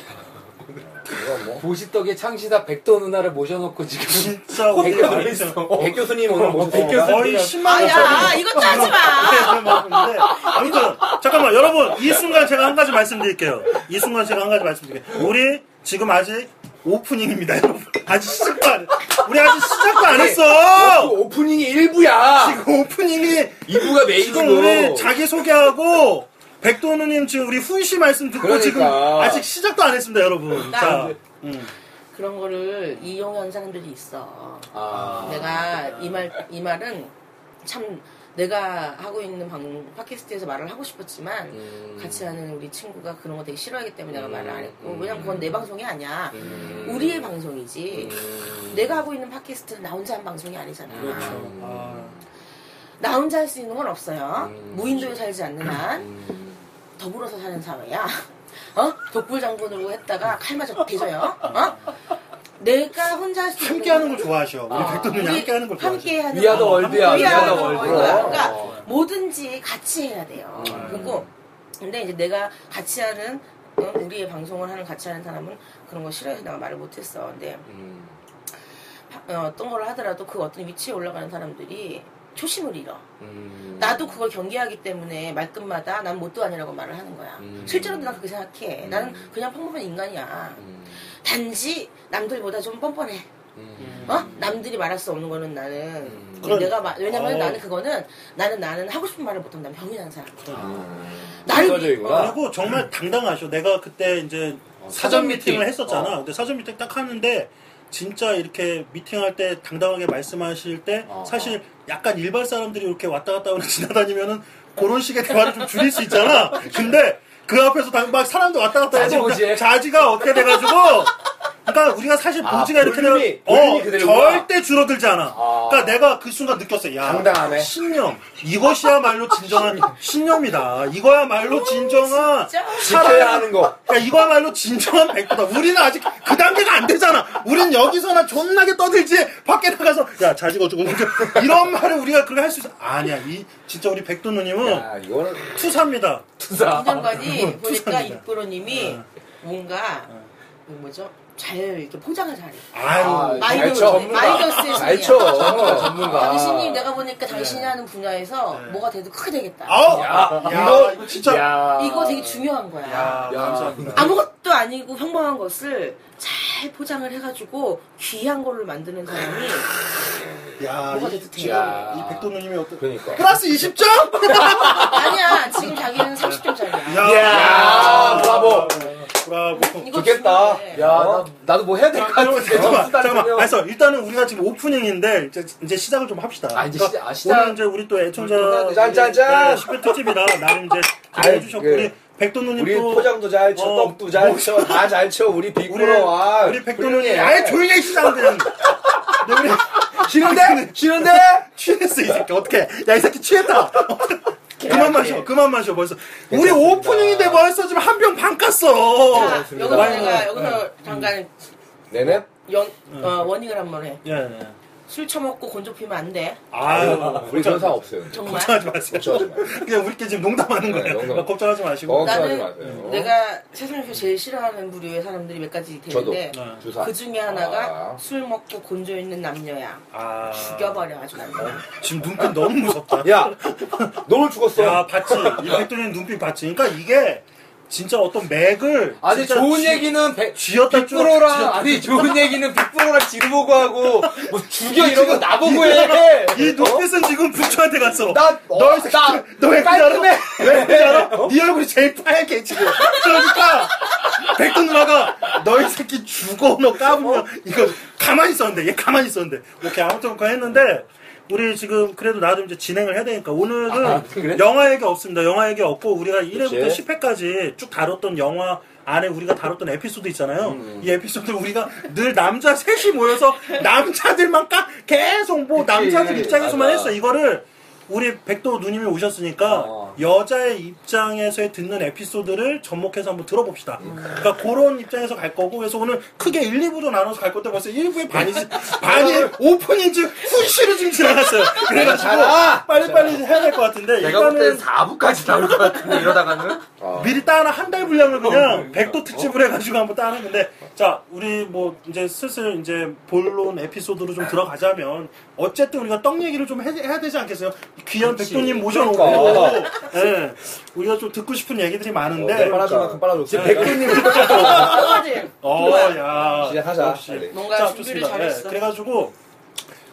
Speaker 5: 보시떡의 창시다 백도 누나를 모셔놓고 지금
Speaker 3: 진짜
Speaker 5: 백교
Speaker 3: 오래
Speaker 5: 있어.
Speaker 3: 있어.
Speaker 2: 백 교수님 오늘 모습 백 교수님
Speaker 3: 거의 10만 원.
Speaker 4: 아야, 이거 짜지 마.
Speaker 3: 먹는데 아무튼 잠깐만 여러분 이 순간 제가 한 가지 말씀드릴게요. 이 순간 제가 한 가지 말씀드릴게요. 우리 지금 아직 오프닝입니다, 여러분. 아직 시작도 안, 우리 아직 시작도 안 했어.
Speaker 2: 오프닝이 일부야
Speaker 3: 지금 네, 오프닝이
Speaker 1: 이부가
Speaker 3: 지금
Speaker 1: 메인이고.
Speaker 3: 우리 자기 소개하고 백도누님 지금 우리 훈시 말씀 듣고
Speaker 1: 그러니까.
Speaker 3: 지금 아직 시작도 안 했습니다, 여러분.
Speaker 4: 나-
Speaker 3: 자, 음.
Speaker 4: 그런 거를 이용한 사람들이 있어.
Speaker 5: 아,
Speaker 4: 내가 이 말 이 말은 참 내가 하고 있는 방송 팟캐스트에서 말을 하고 싶었지만 같이 하는 우리 친구가 그런 거 되게 싫어하기 때문에 내가 말을 안 했고 왜냐면 그건 내 방송이 아니야. 우리의 방송이지. 내가 하고 있는 팟캐스트는 나 혼자 한 방송이 아니잖아.
Speaker 3: 그렇죠. 아,
Speaker 4: 나 혼자 할 수 있는 건 없어요.
Speaker 3: 음.
Speaker 4: 무인도에 살지 않는 한 더불어서 사는 사회야. 어? 독불장군으로 했다가 칼 맞아 뒤져요. 어? 내가 혼자 할 수 있는
Speaker 3: 함께하는
Speaker 4: 건
Speaker 3: 걸 좋아하셔. 우리 백도누님 함께하는 걸 어. 좋아하셔.
Speaker 4: 함께하는
Speaker 1: 위아더
Speaker 4: 거.
Speaker 1: 월드야,
Speaker 4: 위아더
Speaker 1: 위아더 월드.
Speaker 4: 월드. 그러니까 뭐든지 같이 해야 돼요.
Speaker 3: 음.
Speaker 4: 그리고 근데 이제 내가 같이 하는 어, 우리의 방송을 하는 같이 하는 사람은 그런 거 싫어해서 내가 말을 못했어. 근데
Speaker 3: 음.
Speaker 4: 파- 어, 어떤 걸 하더라도 그 어떤 위치에 올라가는 사람들이 초심을 잃어. 나도 그걸 경계하기 때문에 말끝마다 난 못도 아니라고 말을 하는 거야. 실제로도 난 그렇게 생각해. 나는 그냥 평범한 인간이야. 단지 남들보다 좀 뻔뻔해. 어? 남들이 말할 수 없는 거는 나는
Speaker 3: 그럼.
Speaker 4: 내가 말 왜냐면
Speaker 3: 어.
Speaker 4: 나는 그거는 나는 나는 하고 싶은 말을 못하면 난 병이 난 사람.
Speaker 1: 져
Speaker 3: 아.
Speaker 4: 나를 어, 위-
Speaker 1: 있구나.
Speaker 3: 그리고 정말 당당하셔. 내가 그때 이제
Speaker 1: 어,
Speaker 3: 사전
Speaker 5: 사전
Speaker 3: 미팅을
Speaker 5: 미팅.
Speaker 3: 했었잖아. 근데 사전 미팅 딱 하는데 진짜 이렇게 미팅할 때 당당하게 말씀하실 때
Speaker 5: 어,
Speaker 3: 사실 약간 일반 사람들이 이렇게 왔다 갔다 하고 지나다니면은 그런 식의 대화를 좀 줄일 수 있잖아. 근데 그 앞에서 당- 막 사람도 왔다 갔다
Speaker 1: 자지
Speaker 3: 해서
Speaker 1: 오지.
Speaker 3: 자지가 어떻게 돼가지고 그러니까 우리가 사실
Speaker 5: 아,
Speaker 3: 봉지가 이렇게
Speaker 1: 볼륨이,
Speaker 3: 되면
Speaker 1: 볼륨이
Speaker 3: 어,
Speaker 1: 그대로구나.
Speaker 3: 절대 줄어들지 않아.
Speaker 5: 아.
Speaker 3: 그러니까 내가 그 순간 느꼈어. 야,
Speaker 5: 당당하네.
Speaker 3: 신념. 이것이야말로 진정한 신념이다. 이거야말로 진정한
Speaker 4: 진짜?
Speaker 2: 지켜야 하는 거
Speaker 3: 야, 이거야말로 진정한 백보다. 우리는 아직 그 단계가 안 되잖아. 우린 여기서나 존나게 떠들지. 밖에 나가서, 야, 자지가 어쩌고 저쩌고. 이런 말을 우리가 그렇게 할 수 있어. 아니야. 이, 진짜 우리 백도 누님은
Speaker 2: 야 아, 이거는
Speaker 3: 투사입니다. 아,
Speaker 4: 인정관이 보니까
Speaker 3: 죄송합니다. 어.
Speaker 4: 입부로님이 뭔가 그 뭐죠? 잘 이렇게 포장을 잘해.
Speaker 3: 아유.
Speaker 5: 아,
Speaker 4: 마이더스,
Speaker 1: 알죠.
Speaker 4: 마이더스의
Speaker 1: 알죠.
Speaker 4: 신이야.
Speaker 1: 전문가,
Speaker 5: 전문가.
Speaker 4: 아, 당신이 내가 보니까 당신이 하는 분야에서 뭐가 돼도 크게 되겠다.
Speaker 3: 네. 아우.
Speaker 1: 야,
Speaker 3: 야,
Speaker 1: 이거-
Speaker 3: 이거 진짜. 야,
Speaker 4: 이거 되게 중요한 거야.
Speaker 3: 감사합니다.
Speaker 4: 아무것도 아니고 평범한 것을 잘 포장을 해가지고 귀한 걸로 만드는 사람이
Speaker 3: 야,
Speaker 4: 뭐가
Speaker 3: 이,
Speaker 4: 됐든
Speaker 3: 지금
Speaker 5: 야.
Speaker 3: 이 백도 누님이 어떤.
Speaker 2: 그러니까
Speaker 3: 아, 플러스 20점?
Speaker 4: 아니야 지금 자기는 30점짜리야.
Speaker 3: 야,
Speaker 1: 야, 브라보.
Speaker 3: 브라보.
Speaker 4: 이거
Speaker 1: 좋겠다.
Speaker 4: 중요해.
Speaker 1: 야, 나, 나도 뭐 해야 될 것 같은데.
Speaker 3: 네,
Speaker 2: 어,
Speaker 3: 잠깐만,
Speaker 1: 수단
Speaker 3: 어? 잠깐만.
Speaker 1: 전혀.
Speaker 3: 그래서 일단은 우리가 지금 오프닝인데 이제, 이제 시작을 좀 합시다.
Speaker 5: 아, 이제 시- 아, 시작.
Speaker 3: 오늘 이제 우리 또 애청자
Speaker 2: 짠짠짠
Speaker 3: 10회 특집이라 나름 이제
Speaker 2: 아이,
Speaker 3: 잘해주셨고
Speaker 2: 그,
Speaker 3: 우리 백도누님
Speaker 2: 우리
Speaker 3: 또
Speaker 2: 포장도 잘 쳐,
Speaker 3: 어,
Speaker 2: 떡도 잘 쳐, 다 잘 쳐, 우리 비꾸러 와.
Speaker 3: 우리 백도누님
Speaker 2: 아, 훌륭해.
Speaker 3: 아예 조용히 아, 해시작들 근데 우리
Speaker 2: 싫은데? 싫은데?
Speaker 3: 취했어 이 새끼 어떻게 야 이 새끼 취했다 그만 마셔 그만 마셔 벌써 우리
Speaker 2: 괜찮습니다.
Speaker 3: 오프닝인데 벌써 지금 한 병 반
Speaker 4: 자,
Speaker 3: 깠어
Speaker 4: 여기서
Speaker 3: 많이
Speaker 4: 내가
Speaker 3: 먹어.
Speaker 4: 여기서 잠깐
Speaker 2: 네네.
Speaker 4: 연, 어, 워닝을 한번 해.
Speaker 3: 예, 예.
Speaker 4: 술 처먹고 건조 피면 안 돼.
Speaker 3: 아유,
Speaker 5: 우리 그런 사람 없어요.
Speaker 4: 정말.
Speaker 3: 걱정하지 마세요.
Speaker 5: 걱정하지 마요.
Speaker 3: 그냥 우리끼리 지금 농담하는
Speaker 5: 네,
Speaker 3: 거예요.
Speaker 5: 농담.
Speaker 3: 걱정하지
Speaker 2: 어.
Speaker 3: 마시고.
Speaker 5: 걱정하지
Speaker 4: 나는
Speaker 5: 마세요.
Speaker 4: 내가 세상에서 제일 싫어하는 부류의 사람들이 몇 가지
Speaker 5: 저도.
Speaker 4: 되는데
Speaker 3: 네.
Speaker 5: 주사.
Speaker 4: 그 중에 하나가
Speaker 5: 아.
Speaker 4: 술 먹고 건조 있는 남녀야.
Speaker 3: 아,
Speaker 4: 죽여버려 아주 남녀.
Speaker 3: 지금 눈빛 너무 무섭다.
Speaker 2: 야, 너는 죽었어.
Speaker 3: 야, 봤지? 이 백두리는 눈빛 봤지? 그러니까 이게 진짜 어떤 맥을.
Speaker 1: 아니
Speaker 3: 진짜
Speaker 1: 좋은
Speaker 3: 쥐-
Speaker 1: 얘기는 백
Speaker 3: 쥐었다
Speaker 1: 빅프로랑
Speaker 3: 쥐었다.
Speaker 1: 아니 좋은 얘기는 빅프로랑 지르보고 하고 뭐 죽여 이런 거 나보고 해.
Speaker 3: 이 눈빛은 지금 부처한테 갔어.
Speaker 1: 나너나 깔끔해. 어?
Speaker 3: 너왜 그러지 알아? 왜 그러지 알아? 네 얼굴이 제일 빨개 지금. 그러니까 백두 누나가 너희 새끼 죽어 너 까불면 이거 가만히 있었는데 얘 가만히 있었는데 오케이 아무튼 그거 했는데 우리 지금 그래도 나도 이제 진행을 해야 되니까 오늘은
Speaker 1: 아, 그래?
Speaker 3: 영화 얘기 없습니다. 영화 얘기 없고 우리가 1회부터
Speaker 1: 그치.
Speaker 3: 10회까지 쭉 다뤘던 영화 안에 우리가 다뤘던 에피소드 있잖아요.
Speaker 1: 음,
Speaker 3: 이 에피소드 우리가 늘 남자 셋이 모여서 남자들만 까 계속 뭐 남자들 입장에서만
Speaker 1: 맞아.
Speaker 3: 했어. 이거를 우리 백도 누님이 오셨으니까
Speaker 1: 어.
Speaker 3: 여자의 입장에서 듣는 에피소드를 접목해서 한번 들어봅시다. 그러니까 그런 입장에서 갈 거고 그래서 오늘 크게 1, 2부로 나눠서 갈 건데 벌써 1부의 반이 반이 오프닝 지금 후시로 지금 지나갔어요.
Speaker 1: 그러니까
Speaker 3: 그래가지고 빨리빨리 해야 될 것 같은데
Speaker 6: 내가 볼
Speaker 3: 일단은
Speaker 6: 땐 4부까지 나올 것 같은데 이러다가는
Speaker 3: 미리 따는 한 달 분량을 그냥 백도 특집을 해가지고 한번 따는 건데 자 우리 뭐 이제 슬슬 이제 본론 에피소드로 좀 들어가자면 어쨌든 우리가 떡 얘기를 좀 해, 야 되지 않겠어요? 귀한 백도님 모셔놓고 예, 우리가 좀 듣고 싶은 얘기들이 많은데
Speaker 2: 빨아줄 만큼 네. 빨아줬어. 네.
Speaker 1: 지금 백두님
Speaker 4: 그거지.
Speaker 3: 어야 예,
Speaker 2: 시작하자. 빨리.
Speaker 4: 뭔가 준비를
Speaker 3: 네,
Speaker 4: 잘했어.
Speaker 3: 그래가지고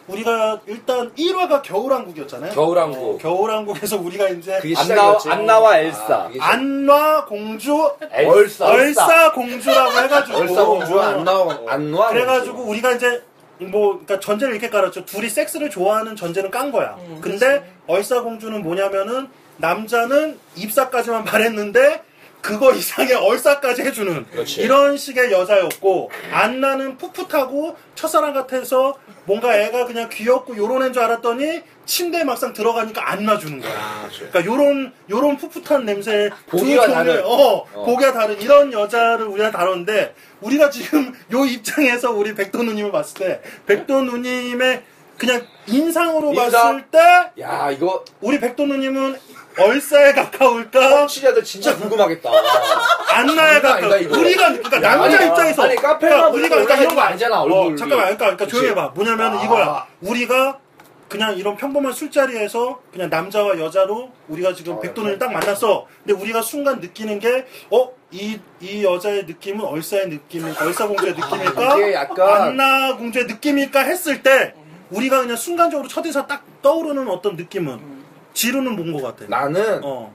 Speaker 3: 우리가 일단 1화가 겨울왕국이었잖아요.
Speaker 5: 겨울왕국.
Speaker 3: 어, 겨울왕국에서 우리가 이제
Speaker 2: 그게
Speaker 1: 안 나와
Speaker 2: 시작이었지.
Speaker 1: 안 나와
Speaker 3: 아,
Speaker 1: 엘사.
Speaker 2: 그게 시작.
Speaker 3: 안화 공주
Speaker 1: 얼싸.
Speaker 3: 얼싸 공주라고 해가지고
Speaker 2: 얼싸 공주가 안 나와 안 나와.
Speaker 3: 아, 그래가지고 우리가 이제 뭐 그러니까 전제를 이렇게 깔았죠. 둘이 섹스를 좋아하는 전제는 깐 거야.
Speaker 2: 네, 그렇죠.
Speaker 3: 근데 얼싸 공주는 뭐냐면은 남자는 입사까지만 바랬는데 그거 이상의 얼싸까지 해주는 이런 식의 여자였고 안나는 풋풋하고 첫사랑 같아서 뭔가 애가 그냥 귀엽고 요런 애인 줄 알았더니 침대에 막상 들어가니까 안 놔주는 거야. 그러니까 요런 요런 풋풋한 냄새
Speaker 2: 아, 보기와
Speaker 3: 두 종류의-
Speaker 2: 다른.
Speaker 3: 어, 보기와 다른 이런 여자를 우리가 다뤘는데 우리가 지금 요 입장에서 우리 백도 누님을 봤을 때 백도 누님의 그냥 인상으로
Speaker 2: 인상.
Speaker 3: 봤을 때
Speaker 2: 야 이거
Speaker 3: 우리 백도 누님은 얼싸에 가까울까
Speaker 2: 청취자들 진짜
Speaker 5: 어.
Speaker 2: 궁금하겠다.
Speaker 3: 안나에
Speaker 5: 장난 아니다,
Speaker 3: 가까울까
Speaker 5: 이거.
Speaker 3: 우리가 그러니까 남자
Speaker 2: 아니,
Speaker 3: 입장에서
Speaker 2: 아니, 카페만 보니까
Speaker 3: 그러니까 우리가 그러니까
Speaker 2: 원래
Speaker 3: 이런 거
Speaker 5: 아니잖아,
Speaker 3: 어,
Speaker 5: 얼굴이.
Speaker 3: 잠깐만 그러니까, 그러니까 조용히 해봐 뭐냐면
Speaker 5: 아.
Speaker 3: 이거야 우리가 그냥 이런 평범한 술자리에서 그냥 남자와 여자로 우리가 지금
Speaker 5: 아,
Speaker 3: 백도 누님 딱 만났어 근데 우리가 순간 느끼는 게어이이 여자의 느낌은 얼싸의 느낌이 얼싸 공주의 느낌일까
Speaker 5: 아, 이게 약간
Speaker 3: 안나 공주의 느낌일까 했을 때 우리가 그냥 순간적으로 첫인사 딱 떠오르는 어떤 느낌은 지루는 뭔 것 같아.
Speaker 5: 음. 나는
Speaker 3: 어.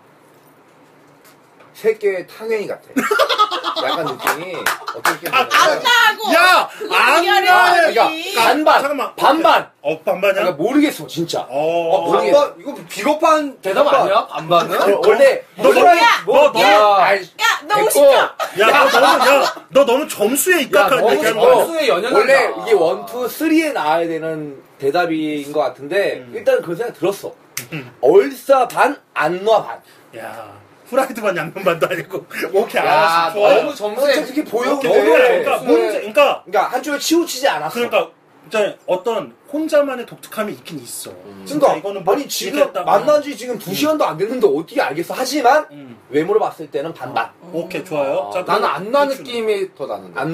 Speaker 5: 새끼의 탕웨이 같아. 약간 느낌이 어떻게 보면
Speaker 4: 안나하고.
Speaker 3: 야 안나
Speaker 4: 얘기하려고
Speaker 5: 그러니까
Speaker 4: 하지.
Speaker 5: 반반
Speaker 3: 잠깐만.
Speaker 5: 반반.
Speaker 3: 어 반반이야.
Speaker 5: 그러니까 모르겠어 진짜.
Speaker 3: 어.
Speaker 5: 모르겠어.
Speaker 1: 반반 이거 비겁한 대답 아니야? 반반은?
Speaker 5: 어, 원래
Speaker 3: 너 너무
Speaker 4: 야,
Speaker 3: 너
Speaker 5: 야,
Speaker 3: 너무
Speaker 5: 아이,
Speaker 4: 야, 너
Speaker 5: 됐고.
Speaker 4: 오십자.
Speaker 3: 야너 너무 야너 너무 점수에 입각한
Speaker 1: 너무
Speaker 3: 얘기하는
Speaker 1: 점수.
Speaker 3: 거야.
Speaker 1: 원수의 연연한다.
Speaker 5: 원래 이게 원투 쓰리에 나와야 되는 대답인 것 같은데
Speaker 3: 음.
Speaker 5: 일단 그런 생각 들었어.
Speaker 1: 음.
Speaker 5: 얼싸 반 안놔 반.
Speaker 3: 야 후라이드 반 양념 반도 아니고 오케이
Speaker 1: 야,
Speaker 3: 알았어 좋아.
Speaker 1: 너무 점수에
Speaker 5: 진짜 그렇게 보여.
Speaker 3: 오케이, 오케이. 그러니까
Speaker 5: 점수에-
Speaker 3: 문제 그러니까
Speaker 5: 그러니까 한쪽에 치우치지 않았어.
Speaker 3: 그러니까 이제 어떤 혼자만의 독특함이 있긴 있어.
Speaker 5: 그러니까
Speaker 3: 뭐
Speaker 5: 아니 지금
Speaker 3: 얘기했다고.
Speaker 5: 만난 지 지금 두 시간도 안 됐는데 어떻게 알겠어? 하지만
Speaker 3: 음. 아.
Speaker 5: 외모로 봤을 때는 반반.
Speaker 3: 오케이 좋아요. 자,
Speaker 1: 나는
Speaker 3: 그럼
Speaker 1: 안나
Speaker 3: 백준호.
Speaker 1: 느낌이 더 나는데.
Speaker 5: 안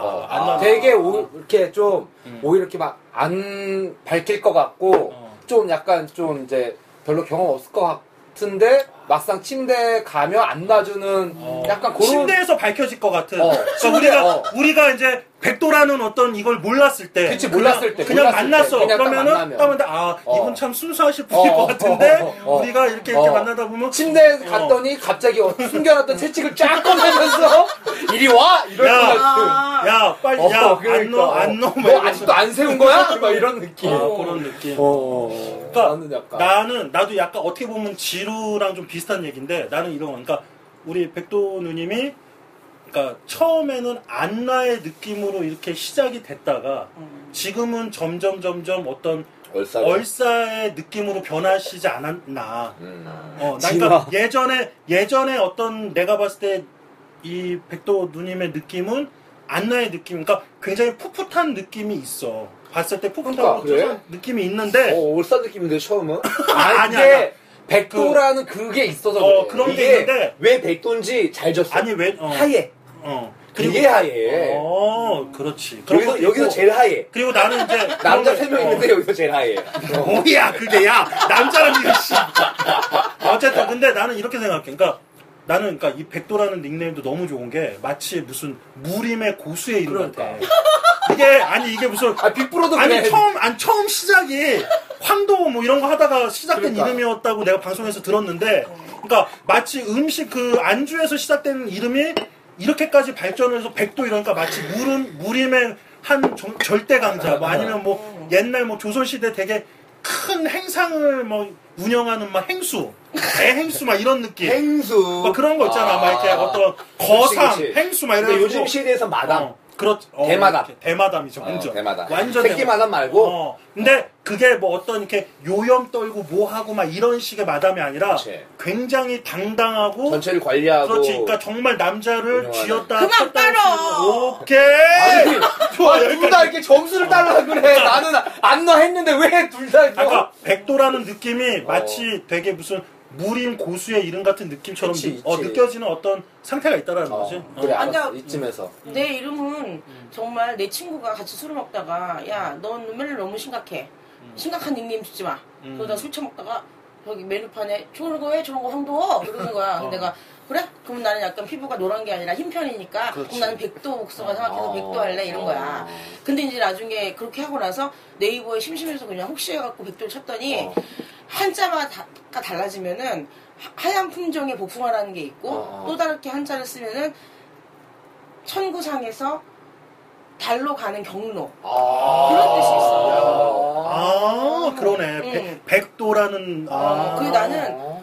Speaker 5: 놔?
Speaker 1: 어.
Speaker 3: 안 나.
Speaker 1: 되게 오, 이렇게 좀
Speaker 3: 음.
Speaker 1: 오히려 이렇게 막 안 밝힐 것 같고
Speaker 3: 어.
Speaker 1: 좀 약간 좀 이제 별로 경험 없을 것 같은데 막상 침대 가면 안 놔주는
Speaker 3: 어.
Speaker 1: 약간 그런
Speaker 3: 침대에서 밝혀질 것 같은.
Speaker 1: 어,
Speaker 3: 그러니까
Speaker 1: 침대,
Speaker 3: 우리가
Speaker 1: 어.
Speaker 3: 우리가 이제 백도라는 어떤 이걸 몰랐을 때,
Speaker 1: 그치,
Speaker 3: 그냥-
Speaker 1: 몰랐을 때,
Speaker 3: 그냥
Speaker 1: 몰랐을
Speaker 3: 만났어.
Speaker 1: 때, 그냥 딱
Speaker 3: 그러면은
Speaker 1: 만나면.
Speaker 3: 하면데 아
Speaker 1: 어.
Speaker 3: 이분 참 순수하실 분일
Speaker 1: 어,
Speaker 3: 것
Speaker 1: 어,
Speaker 3: 같은데
Speaker 1: 어, 어, 어.
Speaker 3: 우리가 이렇게 이렇게
Speaker 1: 어.
Speaker 3: 만나다 보면
Speaker 1: 침대에
Speaker 3: 어.
Speaker 1: 갔더니 갑자기 어- 숨겨놨던 채찍을 쫙 꺼내면서 이리 와 이럴
Speaker 3: 야.
Speaker 1: 것 같은.
Speaker 4: 아,
Speaker 3: 야뭐 빨리
Speaker 1: 어,
Speaker 3: 야안
Speaker 1: 그러니까.
Speaker 3: 넣어 안 넣어
Speaker 1: 너 아직도 안 세운 거야? 막 이런 느낌.
Speaker 3: 어, 그런 느낌.
Speaker 1: 어.
Speaker 3: 그러니까
Speaker 1: 나는 약간
Speaker 3: 나는 나도 약간 어떻게 보면 지루랑 좀 비슷한 얘기인데 나는 이런 거. 그러니까 우리 백도 누님이 그러니까 처음에는 안나의 느낌으로 이렇게 시작이 됐다가 지금은 점점 점점 어떤
Speaker 2: 얼싸.
Speaker 3: 얼싸의 느낌으로 변하시지 않았나.
Speaker 2: 음.
Speaker 3: 어, 나 그러니까 예전에 예전에 어떤 내가 봤을 때 이 백도 누님의 느낌은 안나의 느낌, 그러니까 굉장히 풋풋한 느낌이 있어. 봤을 때
Speaker 1: 그러니까,
Speaker 3: 폭풍타고
Speaker 1: 그래?
Speaker 3: 그 느낌이 있는데
Speaker 5: 어, 올산 느낌인데 처음은?
Speaker 1: 아,
Speaker 3: 아니,
Speaker 1: 이게
Speaker 3: 아니야.
Speaker 1: 백도라는 그... 게 있어서 그래.
Speaker 3: 어, 그런 게 있는데
Speaker 5: 왜 백도인지 잘 졌어.
Speaker 3: 아니 왜 어,
Speaker 5: 하얘.
Speaker 3: 어
Speaker 5: 되게 하얘.
Speaker 3: 어 그렇지 그런 거
Speaker 5: 여기서, 여기서 제일 하얘.
Speaker 3: 그리고 나는 이제
Speaker 5: 남자
Speaker 3: 그런 거-
Speaker 5: 세 명
Speaker 3: 어.
Speaker 5: 있는데 여기서 제일 하얘.
Speaker 3: 뭐야 그게 야 남자라는 게 씨. 어쨌든 근데 나는 이렇게 생각해. 그러니까 나는 그러니까 이 백도라는 닉네임도 너무 좋은 게 마치 무슨 무림의 고수의 이름
Speaker 5: 그러니까.
Speaker 3: 같아. 이게 아니 이게 무슨
Speaker 1: 아, 빅브로도
Speaker 3: 아니
Speaker 1: 그래.
Speaker 3: 처음 안 처음 시작이 황도 뭐 이런 거 하다가 시작된
Speaker 1: 그러니까.
Speaker 3: 이름이었다고 내가 방송에서 들었는데 그러니까 마치 음식 그 안주에서 시작된 이름이 이렇게까지 발전을 해서 백도 이러니까 마치 무림 무림의 한 정- 절대 강자 뭐 아니면
Speaker 5: 음.
Speaker 3: 뭐 옛날 뭐 조선 시대 되게 큰 행상을 뭐 운영하는 막 행수 대행수 막 이런 느낌
Speaker 5: 행수.
Speaker 3: 막 그런 거 있잖아 막 이렇게
Speaker 5: 아.
Speaker 3: 어떤 거상
Speaker 5: 그치, 그치.
Speaker 3: 행수 막 이런
Speaker 5: 근데 요즘 시대에서 마담.
Speaker 3: 그렇 어,
Speaker 5: 대마담. 어,
Speaker 3: 이렇게 대마담이죠 완전
Speaker 1: 어,
Speaker 5: 대마다.
Speaker 3: 완전
Speaker 5: 새끼
Speaker 3: 대마담.
Speaker 5: 마담 말고.
Speaker 3: 어. 근데 그게 뭐 어떤 이렇게 요염 떨고 뭐 하고 막 이런 식의 마담이 아니라
Speaker 5: 그치.
Speaker 3: 굉장히 당당하고
Speaker 5: 전체를 관리하고.
Speaker 3: 그렇지.
Speaker 1: 아,
Speaker 3: 그러니까 정말 남자를
Speaker 5: 운영하는.
Speaker 3: 쥐었다.
Speaker 4: 그만
Speaker 3: 폈다
Speaker 4: 빨어!
Speaker 3: 할수 있는- 오케이.
Speaker 1: 좋아, 둘다
Speaker 3: 어.
Speaker 1: 이렇게 점수를 달라 그래. 나는 안 나 했는데 왜 둘다
Speaker 3: 그러니까 아까 백도라는 느낌이
Speaker 1: 어.
Speaker 3: 마치 되게 무슨 무림 고수의 이름 같은 느낌처럼
Speaker 1: 그치,
Speaker 3: 느- 어,
Speaker 1: 그치.
Speaker 3: 느껴지는 어떤 상태가 있다라는 거지.
Speaker 1: 어, 그래,
Speaker 3: 어.
Speaker 1: 알았어.
Speaker 4: 아까-
Speaker 1: 이쯤에서.
Speaker 4: 내 이름은 정말 내 친구가 같이 술을 먹다가 야 넌 눈매를 너무 심각해 심각한 닉네임 주지 마 그러다 술 처먹다가 저기 메뉴판에 저런 거왜 저런 거 황도어 이러는 거야
Speaker 3: 어.
Speaker 4: 내가 그래? 그럼 나는 약간 피부가 노란 게 아니라 흰 편이니까 그럼 나는 백도 복숭아 생각해서 백도 할래 이런 거야 근데 이제 나중에 그렇게 하고 나서 네이버에 심심해서 그냥 혹시 해갖고 백도를 쳤더니 한자가 다- 가 달라지면은 하- 하얀 품종의 복숭아라는 게 있고 또 다르게 한자를 쓰면은 천구상에서 달로 가는 경로 그런 뜻이 있어.
Speaker 3: 아, 그러네.
Speaker 4: 음.
Speaker 3: 백, 백도라는 아.
Speaker 4: 어, 그게 나는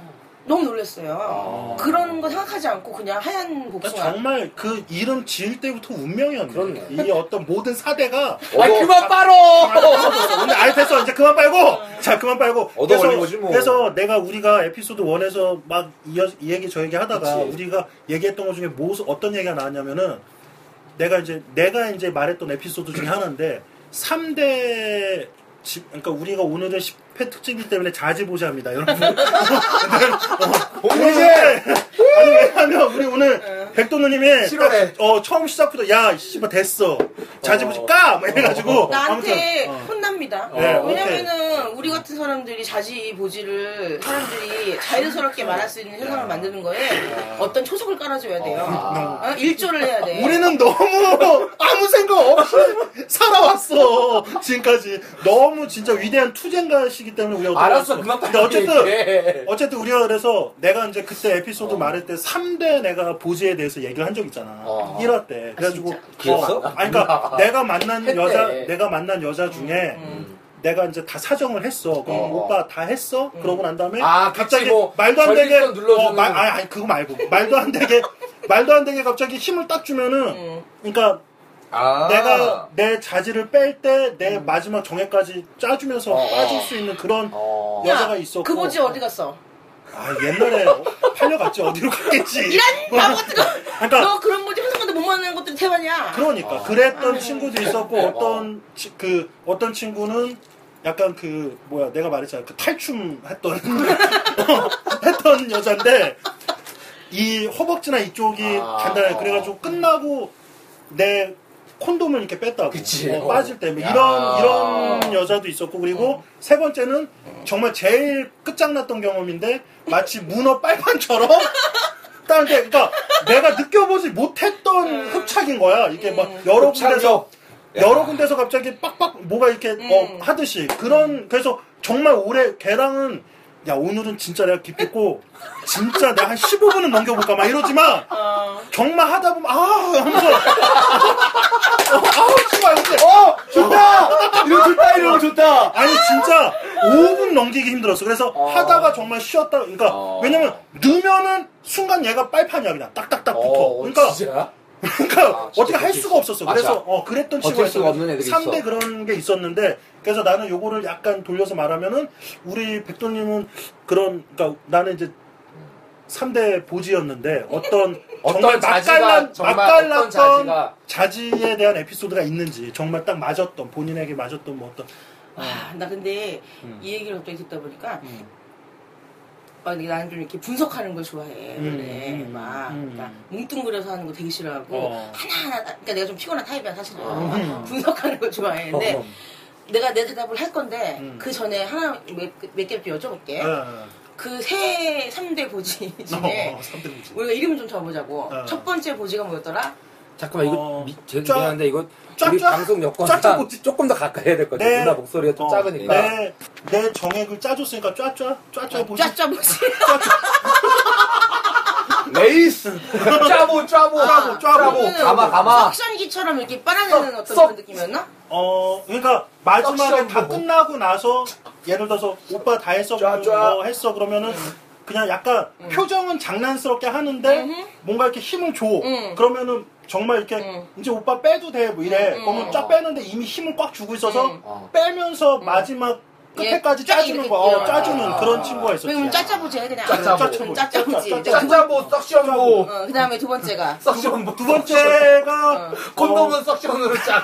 Speaker 4: 너무 놀랐어요. 그런 거 생각하지 않고 그냥 하얀
Speaker 3: 그러니까
Speaker 4: 복숭아.
Speaker 3: 정말 그 이름 지을 때부터 운명이었네.
Speaker 1: 그렇네.
Speaker 3: 이 어떤 모든 사대가
Speaker 1: 아, 그만 빨어!
Speaker 3: 알았어. 근데 아예 됐어. 이제 그만 빨고. 자, 그만 빨고.
Speaker 5: 얻어
Speaker 3: 그래서,
Speaker 5: 걸린 거지, 뭐.
Speaker 3: 그래서 내가 우리가 에피소드 1에서 막 이 얘기 저 얘기 하다가 우리가 얘기했던 것 중에 뭐 어떤 얘기가 나왔냐면은 내가 이제 내가 이제 말했던 에피소드 중에 하나인데 3대 집 그러니까 우리가 오늘은 10회 특집이기 때문에 자지보지합니다, 여러분. 오늘 이제 아니 왜냐면 우리 오늘 백도 누님이
Speaker 1: 싫어해.
Speaker 3: 딱, 어 처음 시작부터 야 씨발 됐어 자지보지 까막
Speaker 5: 어.
Speaker 3: 이래가지고
Speaker 4: 나한테
Speaker 3: 아무튼, 어.
Speaker 4: 혼납니다.
Speaker 3: 네,
Speaker 4: 왜냐면은 우리 같은 사람들이 자지 보지를 사람들이 자연스럽게 말할 수 있는 세상을 만드는 거에 어떤 초석을 깔아줘야 돼요.
Speaker 3: 아.
Speaker 4: 어, 일조를 해야 돼.
Speaker 3: 우리는 너무 아무 생각 없이 살아왔어 지금까지 너무 진짜 위대한 투쟁가시기 때문에 우리가
Speaker 1: 알았어,
Speaker 3: 돌아왔어.
Speaker 1: 그만 빨어.
Speaker 3: 근데 어쨌든
Speaker 1: 이렇게.
Speaker 3: 어쨌든 우리가 그래서 내가 이제 그때 에피소드 말할 때 3대 내가 보지에 대해서 얘기를 한 적 있잖아
Speaker 1: 어.
Speaker 3: 1화 때 그래가지고
Speaker 5: 기억나?
Speaker 3: 어, 아니 그러니까 내가 만난
Speaker 1: 했대. 음.
Speaker 3: 여자 내가 만난 여자 중에
Speaker 4: 음,
Speaker 3: 내가 이제 다 사정을 했어. 그럼
Speaker 1: 어.
Speaker 3: 오빠 다 했어? 그러고 난 다음에
Speaker 1: 아, 같이
Speaker 3: 갑자기
Speaker 1: 뭐
Speaker 3: 말도 안 되게
Speaker 1: 전립선 눌러주는-
Speaker 3: 어, 말- 아니, 아니 그거 말고 말도 안 되게 말도 안 되게 갑자기 힘을 딱 주면은
Speaker 4: 음.
Speaker 3: 그러니까
Speaker 6: 아.
Speaker 3: 내가 내 자질을 뺄 때 내
Speaker 1: 음.
Speaker 3: 마지막 정액까지 짜주면서 빠질 수 있는 그런
Speaker 1: 어.
Speaker 3: 아, 여자가
Speaker 4: 야,
Speaker 3: 있었고
Speaker 4: 그 보지 어디 갔어?
Speaker 3: 아 옛날에 팔려갔지 어디로 갔겠지
Speaker 4: 이런 바보 같은 거.
Speaker 3: 그러니까
Speaker 4: 너 그런 보지 한순간도 못 만나는 것들 태반이야.
Speaker 3: 그러니까
Speaker 1: 아.
Speaker 3: 그랬던 친구도 있었고
Speaker 1: 네.
Speaker 3: 어떤 치- 그 어떤 친구는 약간 그 뭐야 내가 말했잖아 그 탈춤 했던 했던 여잔데 이 허벅지나 이쪽이
Speaker 1: 아.
Speaker 3: 간단해 그래가지고 끝나고 내 콘돔을 이렇게 뺐다고
Speaker 1: 그치.
Speaker 3: 어, 빠질 때뭐
Speaker 1: 야. 어.
Speaker 3: 이런 이런 여자도 있었고 그리고 세 번째는 정말 제일 끝장났던 경험인데 마치 문어 빨판처럼 다른 데 그러니까 내가 느껴보지 못했던 흡착인 거야. 이게 막 여러 군데서 여러 군데서 갑자기 빡빡 뭐가 이렇게 어, 하듯이 그런 그래서 정말 올해 걔랑은 야 오늘은 진짜 내가 깊고 진짜 내가 한 15분은 넘겨볼까 막 이러지만
Speaker 4: 어.
Speaker 3: 정말 하다 보면 아 하면서 어, 아우 씨발 근데
Speaker 1: 어! 좋다! 이거 좋다, 이거 좋다!
Speaker 3: 아니 진짜 5분 넘기기 힘들었어. 그래서 하다가 정말 쉬었다. 그러니까 왜냐면 넣으면은 순간 얘가 빨판이야 그냥 딱딱딱 붙어. 그러니까
Speaker 1: 진짜?
Speaker 3: 그러니까 어떻게 할 수가 없었어.
Speaker 1: 맞아.
Speaker 3: 그래서 어 그랬던
Speaker 5: 버틸
Speaker 3: 친구가
Speaker 5: 수가 없는 애들이
Speaker 3: 3대
Speaker 5: 있어.
Speaker 3: 그런 게 있었는데 그래서 나는 요거를 약간 돌려서 말하면은 우리 백돌님은 그런 그러니까 나는 이제 3대 보지였는데 어떤
Speaker 1: 어떤
Speaker 3: 정말
Speaker 1: 자지가,
Speaker 3: 맛깔난
Speaker 1: 정말 어떤
Speaker 3: 맛깔났던
Speaker 1: 자지가.
Speaker 3: 자지에 대한 에피소드가 있는지 정말 딱 맞았던 본인에게 맞았던 뭐 어떤
Speaker 4: 아, 나 근데 이 얘기를 갑자기 듣다 보니까 아, 근데 나는 좀 이렇게 분석하는 걸 좋아해. 원래
Speaker 3: 음, 음,
Speaker 4: 막
Speaker 3: 음.
Speaker 4: 그러니까 뭉뚱그려서 하는 거 되게 싫어하고
Speaker 3: 어.
Speaker 4: 하나하나 그러니까 내가 좀 피곤한 타입이야 사실은
Speaker 3: 음.
Speaker 4: 분석하는 걸 좋아해.
Speaker 3: 어.
Speaker 1: 음.
Speaker 4: 근데 내가 내 대답을 할 건데
Speaker 3: 음.
Speaker 4: 그 전에 하나 몇개좀 여쭤볼게.
Speaker 3: 어,
Speaker 4: 그새 3대 보지 중에
Speaker 3: 어, 3대 보지.
Speaker 4: 우리가 이름을 좀 줘보자고.
Speaker 3: 어.
Speaker 4: 첫 번째 보지가 뭐였더라?
Speaker 1: 잠깐만
Speaker 3: 어.
Speaker 1: 이거 미, 제,
Speaker 3: 쫙.
Speaker 1: 미안한데 이거
Speaker 3: 쫙,
Speaker 1: 우리
Speaker 3: 쫙.
Speaker 1: 방송
Speaker 3: 쫙
Speaker 1: 여건상
Speaker 3: 보지.
Speaker 1: 조금 더 가까이 해야 될 것 같아.
Speaker 3: 내-
Speaker 1: 누나 목소리가 좀
Speaker 3: 어,
Speaker 1: 작으니까.
Speaker 3: 내, 내 정액을 짜줬으니까 쫙쫙 쫙쫙 보지.
Speaker 4: 짜짜 보지.
Speaker 5: 레이스
Speaker 1: 짜보 짜보
Speaker 3: 짜보.
Speaker 4: 아, 그러면은
Speaker 1: 가마, 가마.
Speaker 4: 석션기처럼 이렇게 빨아내는
Speaker 1: 썩,
Speaker 4: 어떤
Speaker 1: 썩.
Speaker 4: 그런 느낌이었나?
Speaker 3: 어, 그러니까 마지막에
Speaker 1: 떡시험
Speaker 3: 다
Speaker 1: 보고.
Speaker 3: 끝나고 나서 예를 들어서 오빠 다 했어,
Speaker 1: 쫙쫙.
Speaker 3: 뭐 했어 그러면은 그냥 약간 표정은 장난스럽게 하는데
Speaker 4: 음. 음흠.
Speaker 3: 뭔가 이렇게 힘을 줘.
Speaker 4: 음.
Speaker 3: 그러면은 정말 이렇게
Speaker 4: 음.
Speaker 3: 이제 오빠 빼도 돼, 뭐 이래.
Speaker 4: 음,
Speaker 3: 그러면
Speaker 4: 음.
Speaker 3: 쫙 빼는데 이미 힘을 꽉 주고 있어서
Speaker 4: 음.
Speaker 1: 어.
Speaker 3: 빼면서 마지막 끝에까지
Speaker 4: 예,
Speaker 3: 짜주는
Speaker 4: 이렇게
Speaker 3: 거야. 어,
Speaker 4: 이렇게
Speaker 3: 짜주는
Speaker 1: 이렇게
Speaker 3: 그런
Speaker 1: 아.
Speaker 3: 친구가 있었지.
Speaker 4: 그러면 짜짜 보지 해 그냥.
Speaker 1: 짜짜보.
Speaker 4: 그럼 짜짜 보지.
Speaker 3: 짜짜보.
Speaker 1: 짜보 석션보
Speaker 4: 어, 그다음에 두 번째가
Speaker 1: 석션보
Speaker 3: 두 번째가
Speaker 4: 어.
Speaker 1: 뭐 콘돔은 석션으로 짜.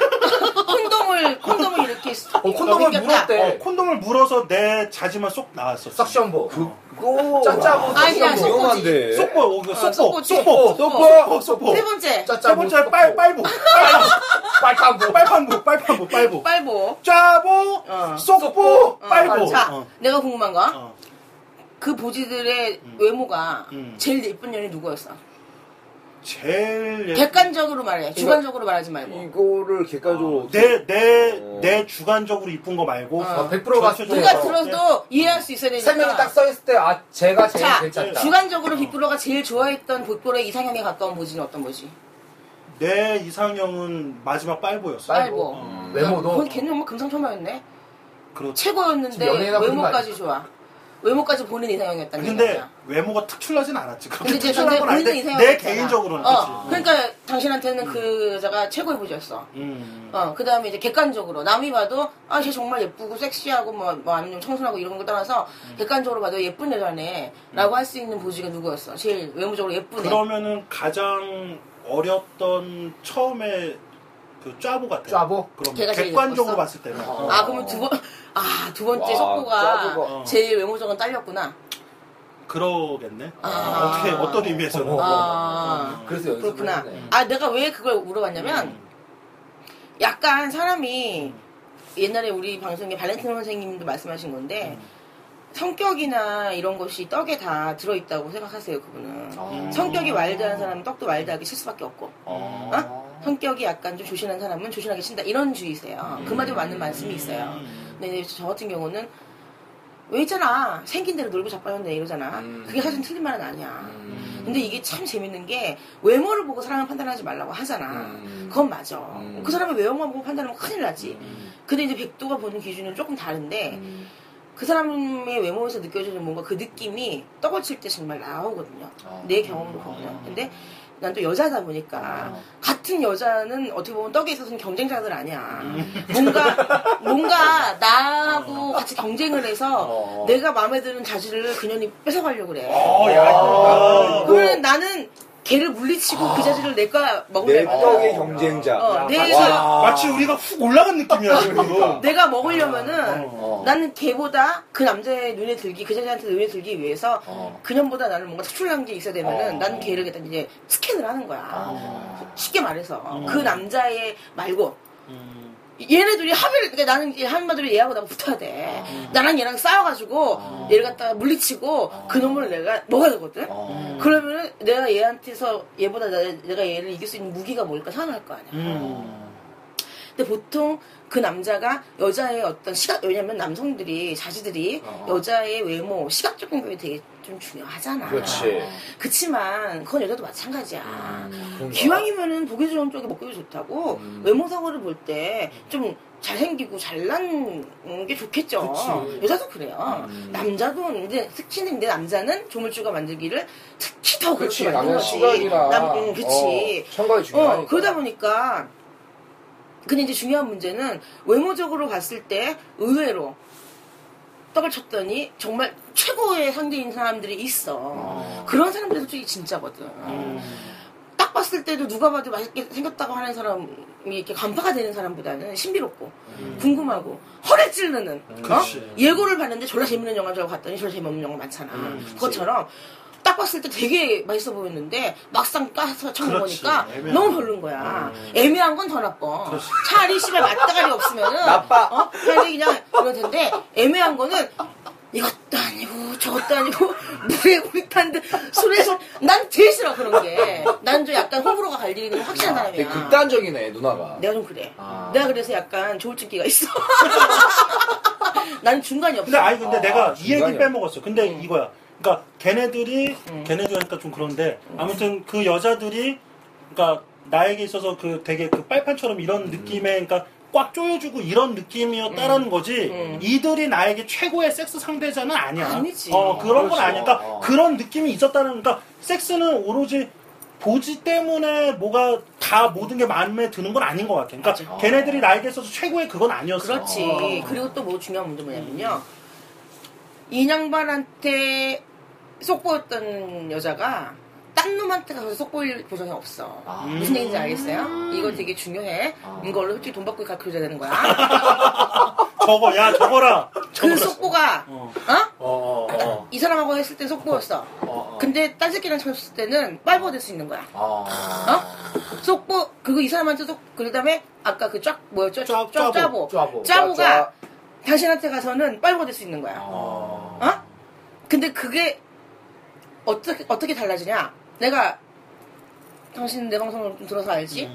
Speaker 4: 콘돔을 콘돔을 이렇게
Speaker 1: 어, 콘돔을
Speaker 4: 꼈다.
Speaker 1: 물었대.
Speaker 3: 어, 콘돔을 물어서 내 자지만 쏙 나왔었어.
Speaker 1: 석션보
Speaker 5: 그거
Speaker 1: 짜짜보
Speaker 4: 아니, 그냥
Speaker 1: 석션보
Speaker 4: 쏙-
Speaker 5: 위험한데
Speaker 3: 쏙보, 어,
Speaker 4: 어,
Speaker 3: 쏙보,
Speaker 4: 쏙보지.
Speaker 3: 쏙보,
Speaker 1: 쏙보.
Speaker 3: 쏙보.
Speaker 4: 세 번째
Speaker 3: 세
Speaker 1: 짜짜보
Speaker 3: 번째 빨 빨보
Speaker 1: 빨간보
Speaker 3: 빨판보 빨판보 빨보
Speaker 4: 빨보.
Speaker 3: 짜보
Speaker 4: 어.
Speaker 3: 쏙보
Speaker 4: 어,
Speaker 3: 빨보
Speaker 4: 자,
Speaker 3: 어.
Speaker 4: 내가 궁금한 거.
Speaker 3: 어.
Speaker 4: 그 보지들의 외모가
Speaker 3: 음.
Speaker 4: 제일 예쁜 년이 누구였어?
Speaker 1: 예.
Speaker 3: 제일 예,
Speaker 4: 객관적으로 말해. 주관적으로 말하지
Speaker 1: 음.
Speaker 4: 말고.
Speaker 5: 이거를
Speaker 3: 아,
Speaker 5: 객관적으로
Speaker 3: 네. 내내내
Speaker 5: 어.
Speaker 3: 주관적으로 이쁜 거 말고
Speaker 4: 어,
Speaker 1: 100% 봤을 때.
Speaker 4: 누가
Speaker 1: 어,
Speaker 4: 들어도 이해할 수 있어야 되니까.
Speaker 1: 세 명이 딱 써있을 때 아 제가 제일
Speaker 4: 자,
Speaker 1: 괜찮다.
Speaker 4: 주관적으로 빅브로가 제일 좋아했던 복돌의 이상형에 가까운 보지는 어떤 보지?
Speaker 3: 내 이상형은 마지막 빨보였어.
Speaker 4: 빨보.
Speaker 3: 어.
Speaker 1: 외모도
Speaker 4: 걔는 정말 금상첨화였네.
Speaker 3: 그렇지.
Speaker 4: 최고였는데
Speaker 1: 지금 연예인하고
Speaker 4: 외모까지 좋아. 외모까지 보는 이상형이었다는
Speaker 3: 근데
Speaker 4: 얘기야.
Speaker 3: 외모가 특출나진 않았지. 그렇게
Speaker 4: 그러니까. 근데 이제
Speaker 3: 특출난
Speaker 4: 근데
Speaker 3: 건
Speaker 4: 보는
Speaker 3: 아닌데
Speaker 4: 이상형
Speaker 3: 내 개인적으로는
Speaker 4: 어,
Speaker 3: 그렇지.
Speaker 4: 그러니까 당신한테는 그 여자가 최고의 보지였어.
Speaker 3: 음.
Speaker 4: 어, 그 다음에 이제 객관적으로, 남이 봐도, 아, 쟤 정말 예쁘고 섹시하고, 뭐, 뭐 아니면 청순하고 이런 거 따라서,
Speaker 3: 음.
Speaker 4: 객관적으로 봐도 예쁜 여자네. 라고 할 수 있는 보지가 누구였어? 제일 외모적으로 예쁘네.
Speaker 3: 그러면은 가장 어렸던 처음에 그 짜보 같아.
Speaker 1: 짜보?
Speaker 3: 그럼
Speaker 4: 걔가 제일
Speaker 3: 객관적으로
Speaker 4: 예뻤어?
Speaker 3: 봤을 때는. 어.
Speaker 4: 아, 그러면 두 번, 아, 두 번째
Speaker 5: 와,
Speaker 4: 속보가
Speaker 5: 짜부가.
Speaker 4: 제일 외모적으로 딸렸구나.
Speaker 3: 그러겠네.
Speaker 4: 아.
Speaker 3: 어떻게 어떤 의미에서는.
Speaker 1: 어.
Speaker 4: 아,
Speaker 1: 그래서 연습을
Speaker 4: 그렇구나.
Speaker 1: 했네. 음.
Speaker 4: 아, 내가 왜 그걸 물어봤냐면, 약간 사람이 옛날에 우리 방송에 발렌티노 선생님도 말씀하신 건데
Speaker 1: 음.
Speaker 4: 성격이나 이런 것이 떡에 다 들어있다고 생각하세요 그분은
Speaker 1: 어.
Speaker 4: 성격이 와일드한 사람은 떡도 와일드하게 칠 수밖에 없고
Speaker 1: 어.
Speaker 4: 어? 성격이 약간 좀 조신한 사람은 조신하게 친다 이런
Speaker 1: 음.
Speaker 4: 주의세요 그 말도 맞는 말씀이 있어요 근데 저 같은 경우는 왜 있잖아 생긴 대로 놀고 자빠졌네 이러잖아
Speaker 1: 음.
Speaker 4: 그게 사실 틀린 말은 아니야
Speaker 1: 음.
Speaker 4: 근데 이게 참 재밌는 게 외모를 보고 사람을 판단하지 말라고 하잖아.
Speaker 1: 음.
Speaker 4: 그건 맞아.
Speaker 1: 음.
Speaker 4: 그 사람의 외모만 보고 판단하면 큰일 나지. 근데 이제 백도가 보는 기준은 조금 다른데
Speaker 1: 음.
Speaker 4: 그 사람의 외모에서 느껴지는 뭔가 그 느낌이 떡을 칠 때 정말 나오거든요.
Speaker 1: 어.
Speaker 4: 내 경험으로 보면. 근데 난 또 여자다 보니까
Speaker 1: 아.
Speaker 4: 같은 여자는 어떻게 보면 떡에 있어서는 경쟁자들 아니야.
Speaker 1: 음.
Speaker 4: 뭔가 뭔가 나하고 같이 경쟁을 해서
Speaker 1: 어.
Speaker 4: 내가 마음에 드는 자질을 그년이 뺏어가려고 그래.
Speaker 3: 어, 야, 이거.
Speaker 1: 아.
Speaker 4: 그러면 나는 걔를 물리치고 그 자질을
Speaker 5: 내
Speaker 4: 내가 먹으려면
Speaker 5: 떡의
Speaker 1: 어.
Speaker 5: 경쟁자 아,
Speaker 4: 어, 내
Speaker 5: 와.
Speaker 3: 마치 우리가 훅 올라간 느낌이야 지금.
Speaker 4: 내가 먹으려면은
Speaker 1: 어.
Speaker 4: 나는 걔보다 그 남자의 눈에 들기 그 자자한테 눈에 들기 위해서
Speaker 1: 어.
Speaker 4: 그년보다 나는 뭔가 특출난 게 있어야 되면은
Speaker 1: 어.
Speaker 4: 나는 걔를 일단 이제 스캔을 하는 거야
Speaker 1: 아.
Speaker 4: 쉽게 말해서 그 남자의 말고
Speaker 3: 음.
Speaker 4: 얘네 둘이 합의를 그러니까 나는 이제 한마디로 얘하고 나하고 붙어야 돼 나랑 얘랑 싸워가지고 얘를 갖다가 물리치고 그 놈을 내가 먹어야 되거든
Speaker 1: 어.
Speaker 4: 그러면은 내가 얘한테서 얘보다 나- 내가 얘를 이길 수 있는 무기가 뭘까 생각할 거 아니야
Speaker 3: 음.
Speaker 4: 근데 보통 그 남자가 여자의 어떤 시각 왜냐면 남성들이 자지들이
Speaker 1: 어.
Speaker 4: 여자의 외모 시각적인 거에 되게 좀 중요하잖아.
Speaker 5: 그렇지
Speaker 4: 지만 그건 여자도 마찬가지야.
Speaker 1: 그런가? 음.
Speaker 4: 기왕이면은 보기 좋은 쪽이 먹기 좋다고 외모상으로 볼 때 좀 잘생기고 잘난 게 좋겠죠.
Speaker 1: 그치. 음.
Speaker 4: 여자도 그래요. 남자도 근데 특히나 근데 남자는 조물주가 만들기를 특히 더 그렇게
Speaker 1: 그렇지
Speaker 4: 만든
Speaker 1: 남자
Speaker 4: 거지.
Speaker 1: 시각이라
Speaker 4: 남, 음, 그치.
Speaker 1: 어, 청각이 중요하니까
Speaker 4: 어, 그러다 보니까 근데 이제 중요한 문제는 외모적으로 봤을 때 의외로 떡을 쳤더니 정말 최고의 상대인 사람들이
Speaker 1: 아.
Speaker 4: 있어. 그런 사람들이 솔직히 진짜거든.
Speaker 1: 음.
Speaker 4: 딱 봤을 때도 누가 봐도 맛있게 생겼다고 하는 사람이 이렇게 간파가 되는 사람보다는 신비롭고 궁금하고 허를 찌르는 어?
Speaker 3: 음. 그렇지.
Speaker 4: 예고를 봤는데 졸라 재밌는 영화라고 봤더니 졸라 재미없는 영화 많잖아.
Speaker 3: 음,
Speaker 4: 그것처럼 딱 봤을 때 되게 맛있어 보였는데 막상 까서
Speaker 3: 그렇지. 음.
Speaker 4: 쳐먹으니까
Speaker 3: 애매한
Speaker 4: 너무
Speaker 3: 거.
Speaker 4: 별론 거야. 애매한 건 더 나빠. 차라리 씨발 맞다가리 없으면은 나빠. 어? 차라리 그냥 그럴 텐데 애매한 거는 이것도 아니고 저것도 아니고 물에 우리탄 듯 술에서 난 제일 싫어 그런 게. 난 좀 약간 호불호가 갈리는 확실한
Speaker 3: 아,
Speaker 1: 되게
Speaker 4: 사람이야.
Speaker 1: 극단적이네 누나가.
Speaker 4: 내가 좀 그래.
Speaker 1: 아.
Speaker 4: 내가 그래서 약간 조울증기가 있어. 난 중간이 없어.
Speaker 3: 근데 아니 근데
Speaker 1: 아,
Speaker 3: 내가 이 얘기
Speaker 1: 중간이야.
Speaker 3: 빼먹었어. 근데
Speaker 4: 음.
Speaker 3: 이거야. 그러니까 걔네들이 걔네들니까 좀 그런데
Speaker 4: 음.
Speaker 3: 아무튼 그 여자들이 그러니까 나에게 있어서 그 되게 그 빨판처럼 이런
Speaker 1: 음.
Speaker 3: 느낌의 그러니까 꽉 조여주고 이런 느낌이었다라는
Speaker 4: 음.
Speaker 3: 거지 이들이 나에게 최고의 섹스 상대자는 아니야.
Speaker 4: 아니지.
Speaker 3: 어 그런 건
Speaker 1: 그렇죠.
Speaker 3: 아니니까
Speaker 1: 어.
Speaker 3: 그런 느낌이 있었다는 그러니까 섹스는 오로지 보지 때문에 뭐가 다 모든 게 마음에 드는 건 아닌 것 같아. 그러니까 걔네들이 나에게 있어서 최고의 그건 아니었어.
Speaker 4: 그렇지. 그리고 또 뭐 중요한 문제 뭐냐면요. 인양반한테 속보였던 여자가 딴 놈한테 가서 속보일 보정이 없어.
Speaker 3: 아.
Speaker 4: 무슨
Speaker 3: 음.
Speaker 4: 얘기인지 알겠어요? 이거 되게 중요해. 이걸로 솔직히 돈 받고 가르쳐줘야 되는 거야.
Speaker 3: 저거 야 저거라.
Speaker 4: 그
Speaker 3: 저거라.
Speaker 4: 속보가,
Speaker 3: 어.
Speaker 4: 어?
Speaker 1: 어어어. 어,
Speaker 4: 이 사람하고 했을 때 속보였어.
Speaker 1: 어,
Speaker 4: 근데 딴 새끼랑 쳤을 때는 빨보가 될 수 있는 거야.
Speaker 1: 어.
Speaker 4: 어? 속보 그거 이 사람한테 속 그다음에 아까 그 쫙 뭐였죠?
Speaker 3: 쫙,
Speaker 4: 쫙
Speaker 3: 짜보.
Speaker 4: 짜보.
Speaker 1: 짜보.
Speaker 4: 짜보가
Speaker 1: 짜-
Speaker 4: 당신한테 가서는 빨고 될 수 있는 거야.
Speaker 1: 어.
Speaker 4: 어? 근데 그게 어떻게 어떻게 달라지냐? 내가 당신 내 방송을 좀 들어서 알지?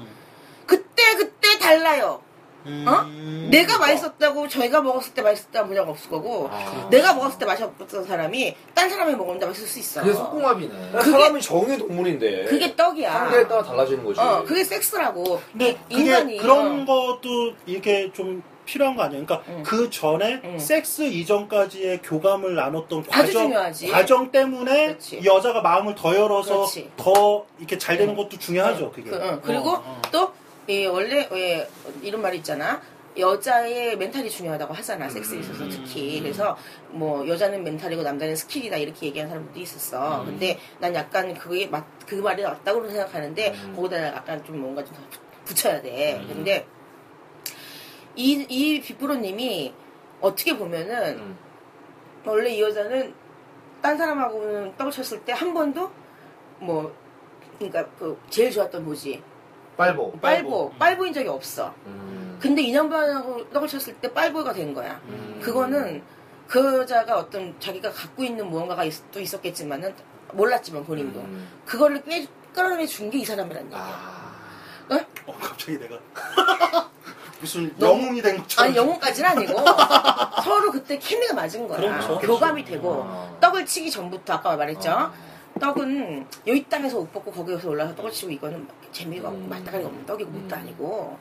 Speaker 4: 그때 그때 달라요. 어? 내가 맛있었다고 저희가 먹었을 때 맛있었다는 분야가 없을 거고 내가 먹었을 때 맛이 없었던 사람이 딴 사람이 먹었는데 맛있을 수 있어.
Speaker 1: 그게 속궁합이네.
Speaker 5: 그러니까
Speaker 2: 사람이 정의 동물인데.
Speaker 4: 그게 떡이야.
Speaker 1: 상대에 따라 달라지는 거지.
Speaker 4: 어, 그게 섹스라고.
Speaker 3: 근데
Speaker 4: 이-
Speaker 3: 그게
Speaker 4: 네, 인간이
Speaker 3: 그런
Speaker 4: 어.
Speaker 3: 것도 이게 좀 필요한 거 아니에요? 그러니까 그 전에
Speaker 4: 응.
Speaker 3: 섹스 이전까지의 교감을 나눴던
Speaker 4: 아주
Speaker 3: 과정
Speaker 4: 중요하지.
Speaker 3: 과정 때문에
Speaker 4: 그렇지.
Speaker 3: 이 여자가 마음을 더 열어서
Speaker 4: 그렇지.
Speaker 3: 더 이렇게 잘 되는 것도 중요하죠. 그게.
Speaker 4: 그, 응. 그리고
Speaker 3: 어, 어.
Speaker 4: 또 예, 원래 왜 이런 말이 있잖아. 여자의 멘탈이 중요하다고 하잖아
Speaker 3: 음.
Speaker 4: 섹스에 있어서 특히 그래서 뭐 여자는 멘탈이고 남자는 스킬이다 이렇게 얘기하는 사람도 있었어
Speaker 3: 음.
Speaker 4: 근데 난 약간 그게 맞, 그 말이 맞다고 생각하는데
Speaker 3: 음.
Speaker 4: 거기다 약간 좀 뭔가 좀 더 붙여야 돼 근데 이, 이 빅브로님이 어떻게 보면은
Speaker 1: 음.
Speaker 4: 원래 이 여자는 딴 사람하고는 떡을 쳤을 때 한 번도 뭐 그러니까 그 제일 좋았던 뭐지
Speaker 6: 빨보.
Speaker 4: 빨보 빨보인 적이 없어
Speaker 1: 음.
Speaker 4: 근데 인형반하고 떡을 쳤을 때 빨보가 된 거야
Speaker 1: 음.
Speaker 4: 그거는 그 여자가 어떤 자기가 갖고 있는 무언가가 있, 또 있었겠지만은 몰랐지만 본인도
Speaker 1: 음.
Speaker 4: 그거를 꽤 끌어내 준 게 이 사람이란 얘기야
Speaker 1: 아.
Speaker 3: 어, 갑자기 내가 무슨
Speaker 4: 너무-
Speaker 3: 영웅이 된 것처럼.
Speaker 4: 아니 영혼까지는 아니고 서로 그때 케미가 맞은 거야
Speaker 3: 그렇죠.
Speaker 4: 교감이 되고 떡을 치기 전부터 아까 말했죠
Speaker 1: 어.
Speaker 4: 떡은 여기 땅에서 옷 벗고 거기에서 올라서 떡을 치고 이거는 재미가
Speaker 3: 음.
Speaker 4: 없고 맛다가리 없는 떡이고 뭣도 아니고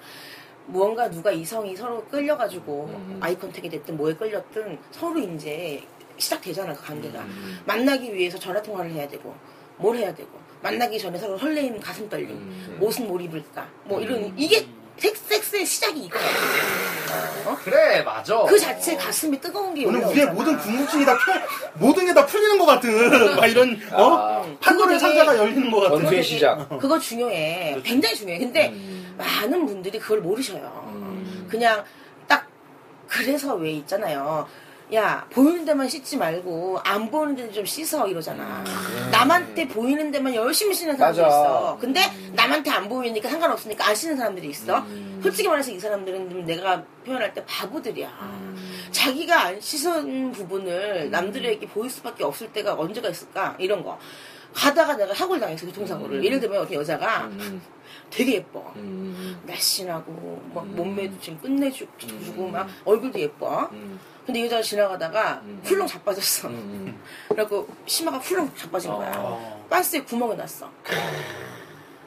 Speaker 4: 무언가 누가 이성이 서로 끌려가지고
Speaker 3: 음,
Speaker 4: 아이컨택이 됐든 뭐에 끌렸든 서로 이제 시작되잖아 그 관계가
Speaker 3: 음,
Speaker 4: 만나기 위해서 전화 통화를 해야 되고 뭘 해야 되고 만나기 전에 서로 설레임 가슴 떨림
Speaker 3: 음,
Speaker 4: 옷은 뭘 입을까 뭐 이런 이게 섹- 섹스의 시작이 이거야
Speaker 1: 그래 맞아.
Speaker 4: 그 자체 가슴이 뜨거운 게
Speaker 3: 어. 오늘 우리의
Speaker 4: 올라오잖아.
Speaker 3: 모든 궁금증이 다 풀, 모든 게 다 풀리는 것 같은 막 이런 어
Speaker 4: 아,
Speaker 3: 판도의
Speaker 4: 그거 되게-
Speaker 3: 상자가 열리는 것 같은.
Speaker 4: 되게-
Speaker 5: 전투의 시작.
Speaker 4: 그거 중요해. 굉장히 중요해. 근데 많은 분들이 그걸 모르셔요. 그냥 딱 그래서 왜 있잖아요. 야 보이는 데만 씻지 말고 안 보이는 데는 좀 씻어 이러잖아. 남한테 보이는 데만 열심히 씻는 사람들이
Speaker 1: 맞아.
Speaker 4: 있어. 근데 남한테 안 보이니까 상관없으니까 안 씻는 사람들이 있어. 솔직히 말해서 이 사람들은 좀 내가 표현할 때 바보들이야.
Speaker 1: 음.
Speaker 4: 자기가 안 씻은 부분을 남들에게 보일 수밖에 없을 때가 언제가 있을까 이런 거. 가다가 내가 사고를 당했어 교통사고를 예를 들면 이렇게 여자가 되게 예뻐 날씬하고 막 몸매도 지금 끝내주고 막 얼굴도 예뻐 근데 이 여자가 지나가다가 훌렁 자빠졌어 그래갖고 치마가 훌렁 자빠진 거야 반스에 구멍이 났어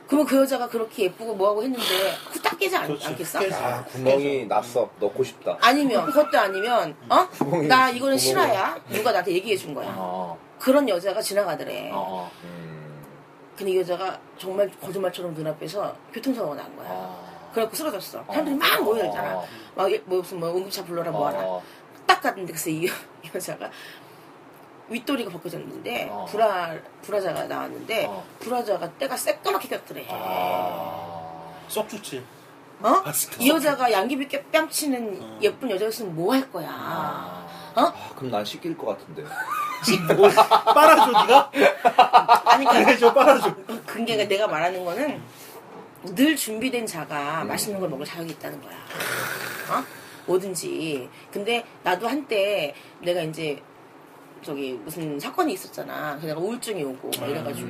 Speaker 4: 그러면 그 여자가 그렇게 예쁘고 뭐하고 했는데 후딱 깨지 않,
Speaker 3: 그렇지.
Speaker 4: 않겠어?
Speaker 3: 깨지
Speaker 5: 아, 구멍이 났어. 넣고 싶다.
Speaker 4: 아니면 그것도 아니면 어?
Speaker 5: 구멍이-
Speaker 4: 나 이거는
Speaker 5: 구멍이-
Speaker 4: 실화야 누가 나한테 얘기해 준 거야
Speaker 1: 어.
Speaker 4: 그런 여자가 지나가더래
Speaker 1: 어.
Speaker 4: 근데 이 여자가 정말 거짓말처럼 눈앞에서 교통사고가 난 거야.
Speaker 1: 어.
Speaker 4: 그래갖고 쓰러졌어. 사람들이 막 모여들잖아.
Speaker 1: 어.
Speaker 4: 막, 이- 뭐, 무슨, 뭐, 응급차 불러라, 뭐하라. 딱 갔는데 그래서 이, 이 여자가 윗도리가 벗겨졌는데
Speaker 1: 어.
Speaker 4: 브라 브라자가 나왔는데
Speaker 1: 어.
Speaker 4: 브라자가 때가 새까맣게 꼈더래. 아.
Speaker 3: 썩 좋지.
Speaker 4: 어?
Speaker 3: 봤을 때
Speaker 4: 이 여자가 양귀비께 뺨치는
Speaker 3: 어.
Speaker 4: 예쁜 여자였으면 뭐 할 거야. 어?
Speaker 5: 아, 그럼 난 씻길 것 같은데.
Speaker 3: 빨아줘, 니가?
Speaker 4: 아니 그러니까
Speaker 3: 그래, 좀 빨아줘.
Speaker 4: 그게 내가 말하는 거는 늘 준비된 자가 맛있는 걸 먹을 자격이 있다는 거야. 어? 뭐든지. 근데 나도 한때 내가 이제 저기 무슨 사건이 있었잖아. 그래서 내가 우울증이 오고 막 이래가지고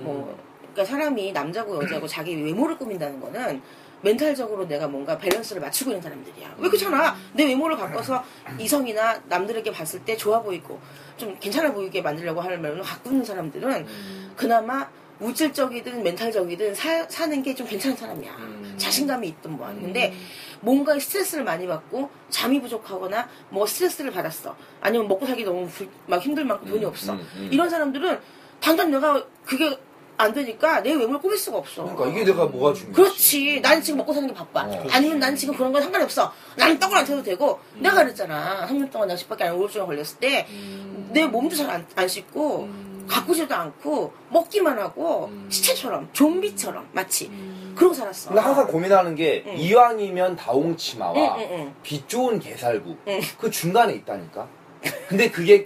Speaker 4: 뭐 그러니까 사람이 남자고 여자고 자기 외모를 꾸민다는 거는 멘탈적으로 내가 뭔가 밸런스를 맞추고 있는 사람들이야. 왜 그렇잖아. 내 외모를 바꿔서 이성이나 남들에게 봤을 때 좋아 보이고 좀 괜찮아 보이게 만들려고 하는 말로 바꾸는 사람들은 음. 그나마 물질적이든 멘탈적이든 사, 사는 게 좀 괜찮은 사람이야.
Speaker 5: 음.
Speaker 4: 자신감이 있든 뭐하든. 근데 뭔가 스트레스를 많이 받고 잠이 부족하거나 뭐 스트레스를 받았어. 아니면 먹고 살기 너무 불- 막 힘들 만큼
Speaker 5: 음,
Speaker 4: 돈이 없어. 이런 사람들은 당장 내가 그게 안 되니까 내 외모를 꾸밀 수가 없어.
Speaker 5: 그러니까 이게 내가 뭐가 중요해?
Speaker 4: 그렇지. 난 지금 먹고 사는 게
Speaker 5: 어.
Speaker 4: 바빠. 아니면 난 지금 그런 건 상관이 없어. 나는 떡을 안 쳐도 되고. 내가 그랬잖아. 3년 동안 내가 집밖에 안 우울증에 걸렸을 때,
Speaker 5: 음.
Speaker 4: 내 몸도 잘 안 씻고, 갖고 지도 않고, 먹기만 하고, 시체처럼, 좀비처럼, 마치. 그러고 살았어.
Speaker 5: 음. 근데 항상 고민하는 게
Speaker 4: 응.
Speaker 5: 이왕이면
Speaker 4: 응,
Speaker 5: 다홍치마와
Speaker 4: 응, 응.
Speaker 5: 빛 좋은 게살구
Speaker 4: 응.
Speaker 5: 그 중간에 있다니까. 근데 그게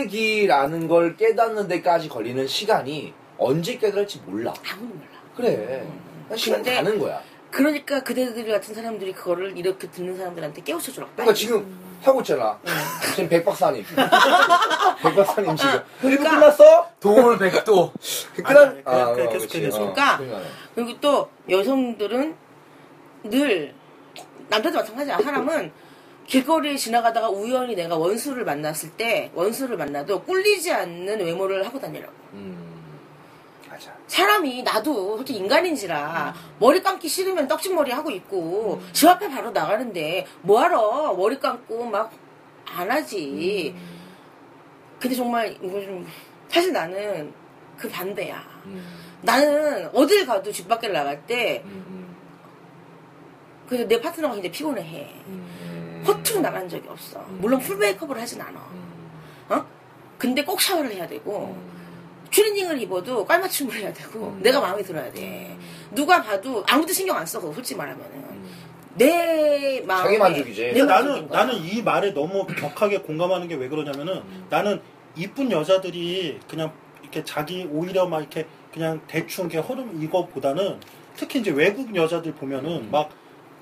Speaker 5: 껍데기라는 걸 깨닫는 데까지 걸리는 시간이 언제 깨달을지 몰라.
Speaker 4: 아무도 몰라.
Speaker 5: 그래. 그냥 시간
Speaker 4: 근데-
Speaker 5: 가는 거야.
Speaker 4: 그러니까 그대들 같은 사람들이 그거를 이렇게 듣는 사람들한테 깨우쳐주라.
Speaker 5: 그러니까
Speaker 3: 음.
Speaker 5: 지금 하고 있잖아. 지금 백 박사님. 백 박사님 지금. 그리고
Speaker 4: 그러니까-
Speaker 5: 끝났어?
Speaker 6: 도움을 백도.
Speaker 5: 끝난?
Speaker 3: 아, 아니, 그냥- 그냥 계속
Speaker 5: 그렇지.
Speaker 3: 해야 돼서.
Speaker 5: 어,
Speaker 4: 그러니까
Speaker 5: 그러니까요.
Speaker 4: 그리고 또 여성들은 늘 남자도 마찬가지야. 사람은 길거리에 지나가다가 우연히 내가 원수를 만났을 때 원수를 만나도 꿀리지 않는 외모를 하고 다니라고.
Speaker 5: 맞아.
Speaker 4: 사람이 나도 솔직히 인간인지라 머리 감기 싫으면 떡집머리 하고 있고 집 앞에 바로 나가는데 뭐하러 머리 감고 막 안 하지. 근데 정말 이거 좀 사실 나는 그 반대야. 나는 어딜 가도 집 밖에 나갈 때 그래서 내 파트너가 굉장히 피곤해해.
Speaker 2: 음.
Speaker 3: 음.
Speaker 4: 허투루 나간 적이 없어. 물론 풀 메이크업을 하진 않아.
Speaker 1: 음.
Speaker 4: 어? 근데 꼭 샤워를 해야 되고 추리닝을 입어도 깔맞춤을 해야 되고 내가 마음에 들어야 돼. 누가 봐도 아무도 신경 안 써. 그거 솔직히 말하면은 음. 내 마음
Speaker 5: 자기 만족이지.
Speaker 4: 내
Speaker 3: 네. 나는
Speaker 4: 만족인 거야.
Speaker 3: 나는 이 말에 너무 격하게 공감하는 게 왜 그러냐면은
Speaker 4: 음.
Speaker 3: 나는 이쁜 여자들이 그냥 이렇게 자기 오히려 막 이렇게 그냥 대충 이렇게 허름 이거보다는 특히 이제 외국 여자들
Speaker 4: 음.
Speaker 3: 보면은 막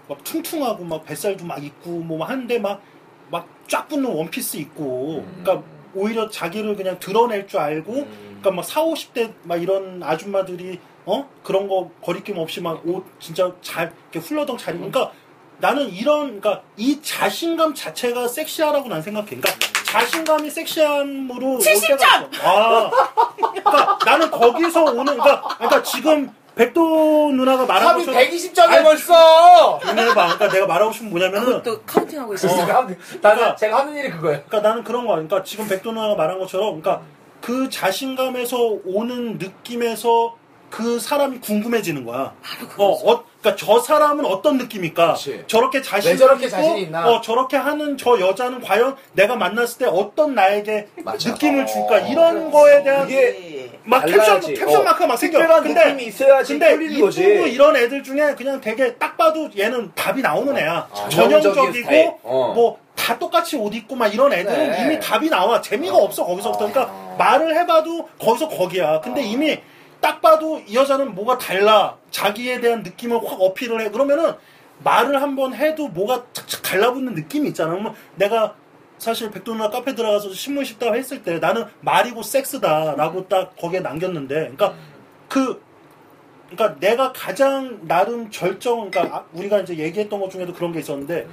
Speaker 3: 막 퉁퉁하고 막 뱃살도 막 있고 뭐 한데 막 막 쫙 붙는 원피스 입고
Speaker 4: 음.
Speaker 3: 그러니까 오히려 자기를 그냥 드러낼 줄 알고 그러니까 막 4, 50대 막 이런 아줌마들이 어? 그런 거 거리낌 없이 막 옷 진짜 잘 이렇게 훌러덩 잘
Speaker 4: 음.
Speaker 3: 입고 그러니까 나는 이런 그러니까 이 자신감 자체가 섹시하라고 난 생각해. 그러니까 자신감이 섹시함으로 올 때가
Speaker 4: 70 점!
Speaker 3: 있어. 아. 그러니까 나는 거기서 오는 그러니까 그러니까 지금 백도 누나가 말하고
Speaker 1: 합이
Speaker 3: 싶은
Speaker 4: 아,
Speaker 1: 120점이 벌써!
Speaker 3: 그러니까 내가 말하고 싶은 뭐냐면은
Speaker 4: 또 카운팅하고 있었어.
Speaker 1: 나는
Speaker 3: 그러니까-
Speaker 1: 제가 하는 일이 그거예요.
Speaker 3: 그러니까 나는 그런 거야. 그러니까 지금 백도 누나가 말한 것처럼, 그러니까 그 자신감에서 오는 느낌에서 그 사람이 궁금해지는 거야. 어, 어, 그러니까 저 사람은 어떤 느낌일까?
Speaker 5: 그치.
Speaker 3: 저렇게 자신
Speaker 1: 왜 저렇게
Speaker 3: 있고,
Speaker 1: 자신이 있나?
Speaker 3: 어, 저렇게 하는 저 여자는 과연 내가 만났을 때 어떤 나에게
Speaker 5: 맞아.
Speaker 3: 느낌을 줄까?
Speaker 5: 어,
Speaker 3: 이런 거에 대한
Speaker 5: 이게
Speaker 3: 음. 막 캡션
Speaker 5: 달라야지.
Speaker 3: 캡션
Speaker 5: 어.
Speaker 3: 마크 막 생겨.
Speaker 5: 특별한
Speaker 3: 근데
Speaker 5: 느낌이 아, 있어야지
Speaker 3: 근데
Speaker 5: 풀리는
Speaker 3: 이쁘고
Speaker 5: 거지.
Speaker 3: 이런 애들 중에 그냥 되게 딱 봐도 얘는 답이 나오는 애야.
Speaker 5: 어, 전형적인 스타일.
Speaker 3: 전형적이고
Speaker 5: 어.
Speaker 3: 뭐 다 똑같이 옷 입고 막 이런 애들은
Speaker 5: 네. 아.
Speaker 3: 이미 답이 나와 재미가 없어 거기서부터 그러니까 말을 해봐도 거기서 거기야 근데 이미 딱 봐도 이 여자는 뭐가 달라 자기에 대한 느낌을 확 어필을 해 그러면은 말을 한번 해도 뭐가 착착 달라붙는 느낌이 있잖아 그러면 내가 사실 백도누나 카페 들어가서 신문 싶다고 했을 때 나는 말이고
Speaker 5: 음.
Speaker 3: 섹스다라고 딱 거기에 남겼는데 그러니까 그 그러니까 내가 가장 나름 절정 그러니까 아, 우리가 이제 얘기했던 것 중에도 그런 게 있었는데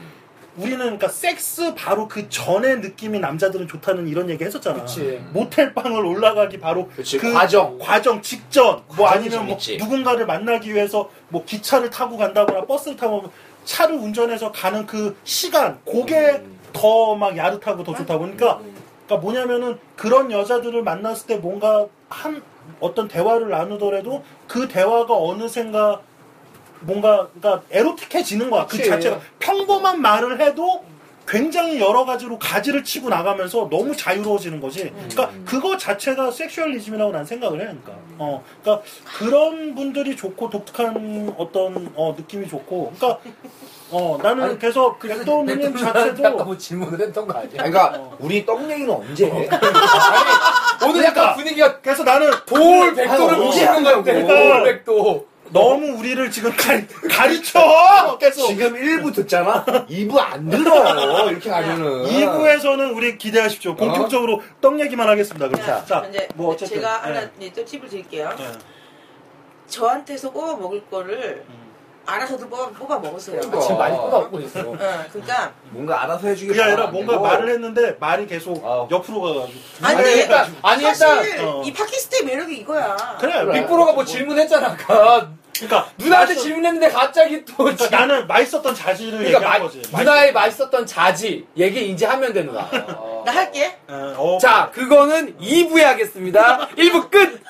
Speaker 3: 우리는 그러니까 섹스 바로 그 전의 느낌이 남자들은 좋다는 이런 얘기 했었잖아.
Speaker 1: 그치.
Speaker 3: 모텔 방을 올라가기 바로
Speaker 5: 그치, 과정.
Speaker 3: 과정 직전 뭐
Speaker 5: 과정이
Speaker 3: 아니면 뭐
Speaker 5: 재밌지.
Speaker 3: 누군가를 만나기 위해서 뭐 기차를 타고 간다거나 버스를 타고 차를 운전해서 가는 그 시간 그게
Speaker 5: 음.
Speaker 3: 더 막 야릇하고 더 좋다 보니까 그러니까 뭐냐면은 그런 여자들을 만났을 때 뭔가 한 어떤 대화를 나누더라도 그 대화가 어느샌가 뭔가 그러니까 에로틱해지는 거야 그
Speaker 1: 그치.
Speaker 3: 자체가 평범한 말을 해도 굉장히 여러 가지로 가지를 치고 나가면서 너무 자유로워지는 거지. 그러니까 그거 자체가 섹슈얼리즘이라고 난 생각을 해. 그러니까, 어, 그러니까 그런 분들이 좋고 독특한 어떤 어, 느낌이 좋고, 그러니까 어, 나는
Speaker 1: 아니,
Speaker 3: 그래서
Speaker 1: 그래서
Speaker 3: 백도님
Speaker 1: 백도님한테 아까
Speaker 3: 자체도
Speaker 1: 뭐 질문을 했던 거 아니야?
Speaker 3: 어.
Speaker 5: 그러니까 우리 떡 얘기는 언제 해?
Speaker 1: 오늘 약간 분위기가
Speaker 3: 그래서 나는
Speaker 1: 돌 어. 백도를 보시는 거야. 돌 백도.
Speaker 3: 너무 우리를 지금 가, 가르쳐 계속.
Speaker 5: 지금 1부 듣잖아? 2부 안 들어요. 이렇게
Speaker 2: 아.
Speaker 5: 가면은.
Speaker 3: 2부에서는 우리 기대하십시오. 본격적으로 떡 얘기만 하겠습니다. 그럼
Speaker 4: 자,
Speaker 3: 자,
Speaker 4: 이제
Speaker 3: 뭐 어쨌든
Speaker 4: 제가
Speaker 3: 예.
Speaker 4: 하나 이제 또 팁을 드릴게요.
Speaker 3: 예.
Speaker 4: 저한테서 꼬아 먹을 거를
Speaker 3: 음.
Speaker 4: 알아서도 뽑아, 뽑아 먹었어요.
Speaker 1: 그러니까 지금 많이 떠나고 있어.
Speaker 4: 예, 그러니까
Speaker 6: 뭔가 알아서 해주길
Speaker 3: 그게
Speaker 2: 뭐
Speaker 3: 아니라
Speaker 6: 바라는데.
Speaker 3: 뭔가 말을 했는데 말이 계속
Speaker 5: 아.
Speaker 3: 옆으로 가가지고
Speaker 4: 아니,
Speaker 3: 그래,
Speaker 4: 일단-
Speaker 3: 그래가지고.
Speaker 1: 아니 일단
Speaker 4: 사실
Speaker 3: 어.
Speaker 4: 이 팟캐스트의 매력이 이거야.
Speaker 3: 그러니까 그래
Speaker 1: 빅브로가뭐 질문했잖아. 아까
Speaker 3: 그러니까
Speaker 1: 누나한테
Speaker 3: 맛있었-
Speaker 1: 질문했는데 갑자기 또 지-
Speaker 3: 그러니까 나는 맛있었던 자질을
Speaker 1: 그러니까
Speaker 3: 얘기한
Speaker 1: 마-
Speaker 3: 거지
Speaker 1: 누나의 맛있었던 자지 얘기 이제 하면 돼 누나.
Speaker 4: 나 할게.
Speaker 3: 예, 어,
Speaker 1: 자 그거는 2부에 하겠습니다. 1부 끝.